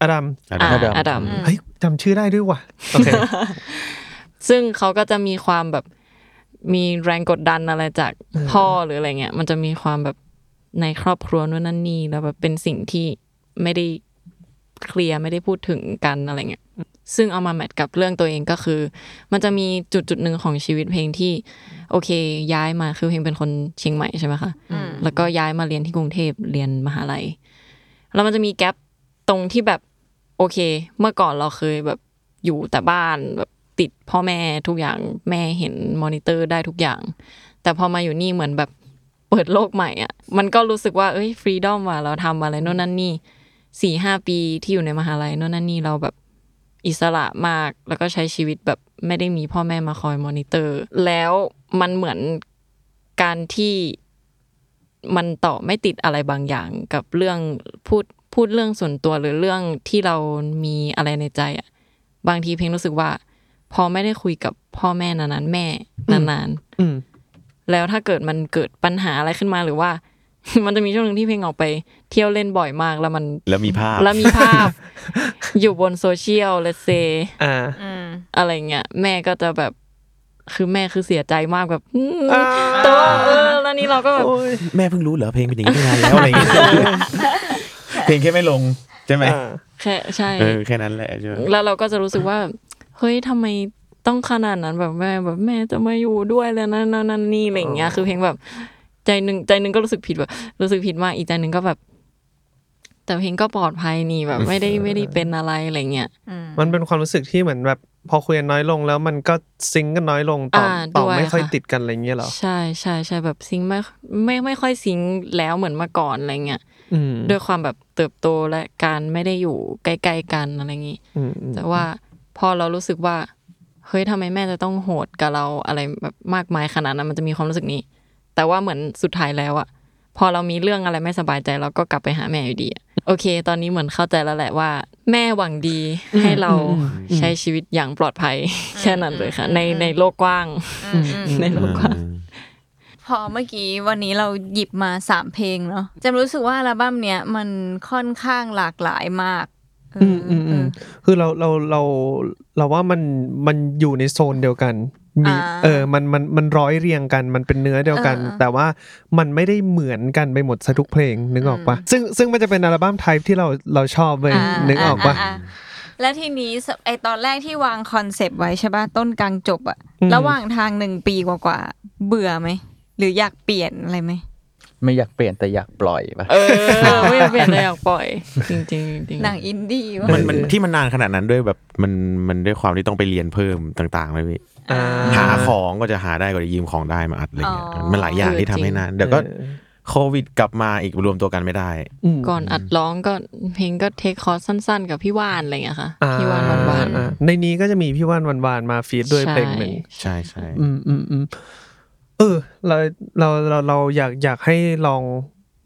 Speaker 3: อดัม
Speaker 4: อ่ะ
Speaker 5: อ่า
Speaker 6: ะ
Speaker 5: อดัม
Speaker 3: เฮ้ยจำชื่อได้ด้วยว่ะโอเค
Speaker 5: ซึ่งเขาก็จะมีความแบบมีแรงกดดันอะไรจากพ่อหรืออะไรเงี้ย มันจะมีความแบบในครอบครัวนู่นนั่นนี่แล้วแบบเป็นสิ่งที่ไม่ได้เคลียร์ไม่ได้พูดถึงกันอะไรเงี้ย ซึ่งเอามาแมทกับเรื่องตัวเองก็คือ มันจะมีจุดจุดหนึ่งของชีวิตเพลงที่ โอเค ย้ายมาคือเพลงเป็นคนเชียงใหม่ใช่ไหมคะแล้วก็ย้ายมาเรียนที่กรุงเทพเรียนมหาลัย แล้วมันจะมีแกลบตรงที่แบบโอเค เมื่อก่อนเราเคยแบบอยู่แต่บ้านแบบติดพ่อแม่ทุกอย่างแม่เห็นมอนิเตอร์ได้ทุกอย่าง แต่พอมาอยู่นี่เหมือนแบบเปิดโลกใหม่อ่ะ มันก็รู้สึกว่าเอ้ยฟรีดอมว่ะเราทำอะไรโน่นนั่นนี่สี่ห้าปีที่อยู่ในมหาลัยโน่นนั่นนี่เราแบบอิสระมากแล้วก็ใช้ชีวิตแบบไม่ได้มีพ่อแม่มาคอยมอนิเตอร์ แล้วมันเหมือนการที่ มันต่อไม่ติดอะไรบางอย่างกับเรื่องพูดพูดเรื่องส่วนตัวหรือเรื่องที่เรามีอะไรในใจอ่ะบางทีเพลงรู้สึกว่า พอไม่ได้คุยกับพ่อแม่นานๆแม่นานๆ
Speaker 3: อืม
Speaker 5: แล้วถ้าเกิดมันเกิดปัญหาอะไรขึ้นมาหรือว่า มันจะมีช่วงหนึ่งที่เพลงออกไปเที่ยวเล่นบ่อยมาก แล้วมัน
Speaker 4: แล้วมีภาพ
Speaker 5: แล้วมีภาพ อยู่บนโซเชียลเลเซ
Speaker 3: อ่า
Speaker 7: อืม
Speaker 5: อะไรเงี้ยแม่ก็จะแบบคือแม่คือเสียใจมากแบบอืม
Speaker 3: อ่า
Speaker 5: แต่ว่าเออแล้วนี่เราก็แบบ
Speaker 4: โอ้ยแม่เพิ่งรู้เหรอเพลงเป็นอย่างนี้ตั้งนานแล้วอะไรอย่างเงี้ย เพลงแค่ไม่ลงใช่ไหม
Speaker 3: อ่า
Speaker 5: แค่ใช่
Speaker 4: เออแค่นั้นแหละใช่ไหม
Speaker 5: แล้วเราก็จะรู้สึกว่า เฮ้ยทำไมต้องขนาดนั้นแบบแม่แบบแม่จะมาอยู่ด้วยแล้วนั่นนั่นนั่นนี่อะไรอย่างเงี้ยคือเพลงแบบ ใจหนึ่งใจหนึ่งก็รู้สึกผิดแบบรู้สึกผิดมากอีกใจหนึ่งก็แบบ แต่เพลงก็ปลอดภัยนี่แบบไม่ได้ไม่ได้เป็นอะไรอะไรเงี้ย
Speaker 3: มันเป็นความรู้สึกที่เหมือนแบบพอคุยกันน้อยลงแล้วมันก็ซิงก์กันน้อยลงต่อ
Speaker 5: อ่า
Speaker 3: ต่อ
Speaker 5: ด้วย
Speaker 3: ไม่ค่อย
Speaker 5: ค่ะ
Speaker 3: ติดกันอะไรเงี้ยเหรอ
Speaker 5: ใช่ใช่ใช่แบบซิงค์ไม่ไม่ไม่ค่อยซิงค์แล้วเหมือนเมื่อก่อนอะไรเงี้ย
Speaker 3: อืม
Speaker 5: ด้วยความแบบเติบโตและการไม่ได้อยู่ใกล้ๆกันอะไรอย่างงี้
Speaker 3: อืมอืม
Speaker 5: แต่ว่าพอเรารู้สึกว่า เฮ้ยทำไมแม่จะต้องโหดกับเราอะไรแบบมากมายขนาดนั้นมันจะมีความรู้สึกนี้ แต่ว่าเหมือนสุดท้ายแล้วอะพอเรามีเรื่องอะไรไม่สบายใจเราก็กลับไปหาแม่อยู่ดีอะโอเค ตอนนี้เหมือนเข้าใจแล้วแหละว่า แม่หวังดีให้เราใช้ชีวิตอย่างปลอดภัย แค่นั้นเลยค่ะ ในในโลกกว้าง ในโลกกว้าง
Speaker 7: พอเมื่อกี้วันนี้เราหยิบมาสามเพลงเนาะแจะรู้สึกว่าอัลบั้มเนี้ยมันค่อนข้างหลากหลายมากเออ
Speaker 3: อืม
Speaker 7: เอ
Speaker 3: อืม
Speaker 7: อ
Speaker 3: คือเราเราเราเราว่ามันมันอยู่ในโซนเดียวกันมี
Speaker 7: อ่า
Speaker 3: เออมันมันมันร้อยเรียงกันมันเป็นเนื้อเดียวกัน
Speaker 7: อ่า
Speaker 3: แต่ว่ามันไม่ได้เหมือนกันไปหมดซะทุกเพลงนึกออกปะซึ่งซึ่งมันจะเป็นอัลบั้มไทป์ที่เราเราชอบเลยนึกออกปะ
Speaker 7: อ่าและทีนี้สไอตอนแรกที่วางคอนเซปต์ไว้ใช่ป่ะต้นกลางจบอะ
Speaker 3: อืม
Speaker 7: ระหว่างทางหนึ่งปีกว่าๆเบื่อไหม หรืออยากเปลี่ยนอะไรไหม
Speaker 6: ไม่อยากเปลี่ยนแต่อยากปล่อยปะ
Speaker 5: เออไม่อยากเปลี่ยนเลยอยากปล่อย จริงๆจริงๆ
Speaker 7: หนังอินดี้วะ
Speaker 4: มันมันที่มันนานขนาดนั้นด้วยแบบมันมันด้วยความที่ต้องไปเรียนเพิ่มต่างๆเลยพี่
Speaker 3: อ่า
Speaker 4: หาของก็จะหาได้ก็จะยืมของได้มาอัดอะไรเงี้ย
Speaker 7: อ๋อ
Speaker 4: มันหลายอย่างที่ทำให้นานเดี๋ยวก็
Speaker 3: เออ
Speaker 4: โควิดกลับมาอีกรวมตัวกันไม่ได้
Speaker 3: อืม
Speaker 5: ก่อนอัดร้องก็เพลงก็เทคคอร์สสั้นๆ กับพี่ว่านอะไรอย่างเงี้ยค่ะ
Speaker 3: อ่า
Speaker 5: พี่ว่านวันวาน
Speaker 3: อ่าในนี้ก็จะมีพี่ว่านวันวานมาฟีดด้วยเพลงหนึ่ง
Speaker 4: ใช่ใช่
Speaker 3: อืมอืมอืมเออเราเราเราเราอยากอยากให้ลอง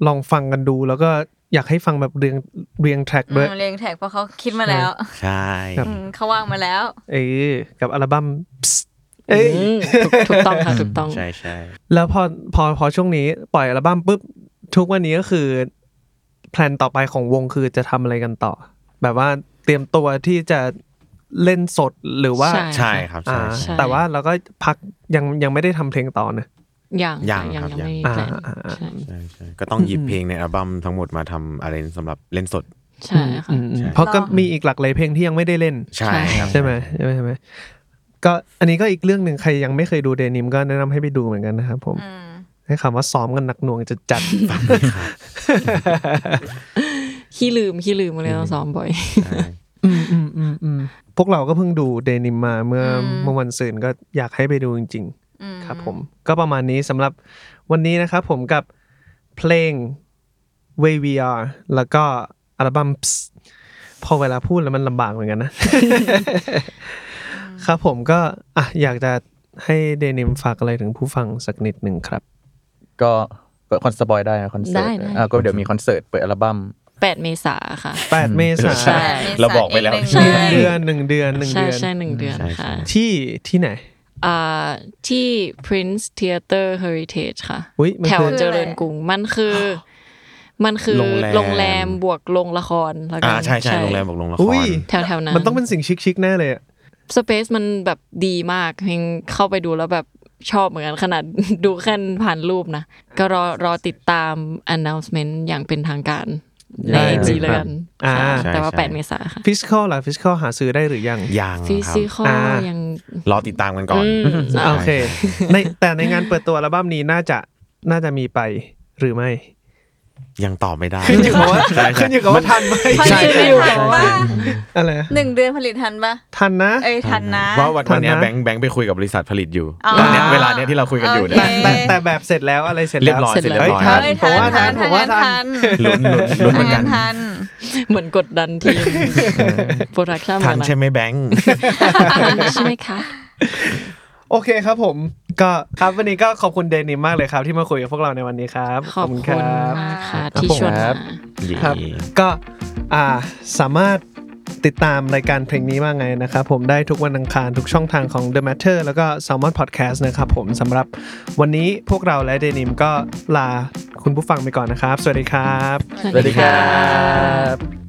Speaker 3: ลองฟังกันดู แล้วก็อยากให้ฟังแบบเรียงเรียงแทร็กด้วย
Speaker 7: อืมเรียงแท็กเพราะเขาคิดมาแล้ว
Speaker 4: ใช่
Speaker 3: ครับ
Speaker 7: อืมเขาวางมาแล้ว
Speaker 3: เออกับอัลบั้ม Psst เอ้ย
Speaker 5: อืมถูกถูกต้องค่ะถูกต้อง
Speaker 4: ใช่ใช่
Speaker 3: แล้วพอพอพอช่วงนี้ปล่อยอัลบั้มปุ๊บ ทุกวันนี้ก็คือแพลนต่อไปของวงคือจะทำอะไรกันต่อ แบบว่าเตรียมตัวที่จะเล่นสดหรือว่า
Speaker 5: ใช่
Speaker 4: ใช่ครับ
Speaker 3: อ่า
Speaker 4: ใช่ใช่
Speaker 3: แต่ว่าเราก็พักยังยังไม่ได้ทำเพลงต่อนะ
Speaker 5: อย่าง
Speaker 4: ยัง
Speaker 5: ยั
Speaker 4: ครับ
Speaker 5: ยังไม่มี
Speaker 3: ยัง
Speaker 5: แพลน
Speaker 3: อ่าอ่า
Speaker 5: ใช่
Speaker 4: ใช่ใช่ก็ต้องหยิบเพลงในอัลบั้มทั้งหมดมาทำอะไรสำหรับเล่นสด
Speaker 5: ใช่ค่ะ
Speaker 3: อืมอืม
Speaker 4: ใช่
Speaker 3: เพราะก็
Speaker 7: ลอง
Speaker 3: มีอีกหลากหลายเพลงที่ยังไม่ได้เล่น
Speaker 4: ใช่ครับ
Speaker 3: ใช่ไหมใช่ไหมใช่ไหมก็อันนี้ก็อีกเรื่องหนึ่งใครยังไม่เคยดูเดนิมก็แนะนำให้ไปดูเหมือนกันนะครับผม
Speaker 7: อืม
Speaker 3: ให้คำว่าซ้อมกันหนักหน่วงจะจัด
Speaker 5: ขี้ลืมขี้ลืมมาเลยเราซ้อมบ่อย
Speaker 4: ใช่
Speaker 3: อืมอืมอืมอืมพวกเราก็เพิ่งดูเดนิมมาเมื่อเมื่อวันศุกร์ก็อยากให้ไปดูจริง
Speaker 7: อืม
Speaker 3: ๆ ครับผม ก็ประมาณนี้สำหรับวันนี้นะครับผมกับเพลง Way We Are แล้วก็อัลบั้ม Psst พอเวลาพูดแล้วมันลำบากเหมือนกันนะ ครับผมก็อ่ะอยากจะให้เดนิมฝากอะไรถึงผู้ฟังสักนิดหนึ่งครับ
Speaker 6: ก็เปิดคอนสปอยได้นะคอนเสิร์ต
Speaker 5: ได้ได้
Speaker 6: อ่ะก็เดี๋ยวมีคอนเสิร์ตเปิดอัลบั้ม
Speaker 5: 8 เมษาค่ะ
Speaker 3: 8 เมษา
Speaker 5: ใช่
Speaker 4: เราบอกไปแล้ว
Speaker 7: ใช่
Speaker 3: เดือนหนึ่งเดือนหนึ่ง
Speaker 5: ใช่
Speaker 3: เดือน
Speaker 5: ใช่หนึ่งเดือน
Speaker 4: ใช่ใช่
Speaker 5: ค่ะ
Speaker 3: ที่ที่ไหน
Speaker 5: อ่าที่ Prince Theater Heritage ค่ะ
Speaker 3: อุ้ยมัน
Speaker 5: แถว
Speaker 3: คือ
Speaker 5: เจริญกรุงมันคือ มันคือ
Speaker 4: โรงแรม
Speaker 5: โรงแรมบวกโรงละครแล้วกั
Speaker 4: อ่าน ใช่ใช่โรงแรมบอกโรงละค
Speaker 3: อุ้
Speaker 4: ร
Speaker 3: ย
Speaker 5: แถวแถวๆนั้น
Speaker 3: มันต้องเป็นสิ่งชิคๆแน่เลยอะ
Speaker 5: สเปซมันแบบดีมากเพลงเข้าไปดูแล้วแบบชอบเหมือนกันขนาด ดูแค่ผ่านรูปนะ ก็รอรอติดตาม announcement อย่างเป็นทางการ ใน
Speaker 6: ได้
Speaker 5: ไอ
Speaker 6: เลย
Speaker 5: จี
Speaker 6: ครับ
Speaker 5: เลยกัน
Speaker 3: อ่า
Speaker 5: ค่ะแต่ว่า
Speaker 4: ใช่
Speaker 5: 8 เมษาค่ะ
Speaker 3: ฟิสคอลล่ะฟิสคอลหาซื้อได้หรือยัง
Speaker 4: ยัง
Speaker 5: ฟิ
Speaker 4: ครับ
Speaker 5: ซิคอ
Speaker 3: อ่า
Speaker 5: ยัง
Speaker 4: รอติดตามกันก่อน
Speaker 5: อืม
Speaker 4: ใช่
Speaker 3: โอเคในแต่ในงานเปิดตัวอัลบั้มนี้น่าจะน่าจะมีไปหรือไม่
Speaker 4: ยังตอบไม่ได้
Speaker 3: ขึ้นอยู่กับว่าขึ้นอยู่กับว่าทันไหม
Speaker 4: ใช่
Speaker 7: ผลิตทันปะ
Speaker 3: อะไรนะ
Speaker 7: หนึ่งเดือนผลิตทันปะ
Speaker 3: ทันนะ
Speaker 7: เอ้ยทันนะ
Speaker 4: เพราะวันวันเนี้ย
Speaker 3: ทันนะ
Speaker 4: แบงค์แบงค์ไปคุยกับบริษัทผลิตอยู่
Speaker 7: อ๋อ
Speaker 4: ตอนเนี้ยเวลาเนี้ยที่เราคุยกันอยู่เนี่ย
Speaker 7: โอเค
Speaker 3: แต่แต่แบบเสร็จแล้วอะไรเสร็จ
Speaker 4: เรี
Speaker 3: แล้
Speaker 4: ยว บร้อย
Speaker 5: เสร็จ
Speaker 4: เสร็จเรีย
Speaker 3: แล้
Speaker 4: บ
Speaker 3: ว
Speaker 4: ร้อย
Speaker 3: เฮ้ย
Speaker 7: เอ้ย
Speaker 3: ผ
Speaker 7: ทั
Speaker 3: ม
Speaker 7: น
Speaker 3: ว่าทั
Speaker 7: ทันทัทั
Speaker 3: นผมว่าทัน
Speaker 7: น
Speaker 4: ลุ้นลุ้นลุ้นเหมือนกัน
Speaker 7: ทัทัน
Speaker 5: เหมือนกดดันทีมโปรดักชั่น
Speaker 4: ทันใช่ไหมแบงค์
Speaker 5: ใช่ไหมคะ
Speaker 3: โอเคครับผม ก็ครับวันนี้ก็ขอบคุณเดนิมมากเลยครับที่มาคุยกับพวกเราในวันนี้ครับ
Speaker 5: ขอบคุณมากค่ะที่ชวน
Speaker 6: ครั
Speaker 5: มา
Speaker 6: บ
Speaker 3: ครับ
Speaker 4: เย่
Speaker 3: ก็อ่าสามารถติดตามรายการเพลงนี้ว่าไงนะครับ ผมได้ทุกวันอังคารทุกช่องทางของ The Matter แล้วก็ Salmon Podcast นะครับผมสำหรับวันนี้พวกเราและเดนิมก็ลาคุณผู้ฟังไปก่อนนะครับ สวัสดีครับ
Speaker 6: สวัสดีครับ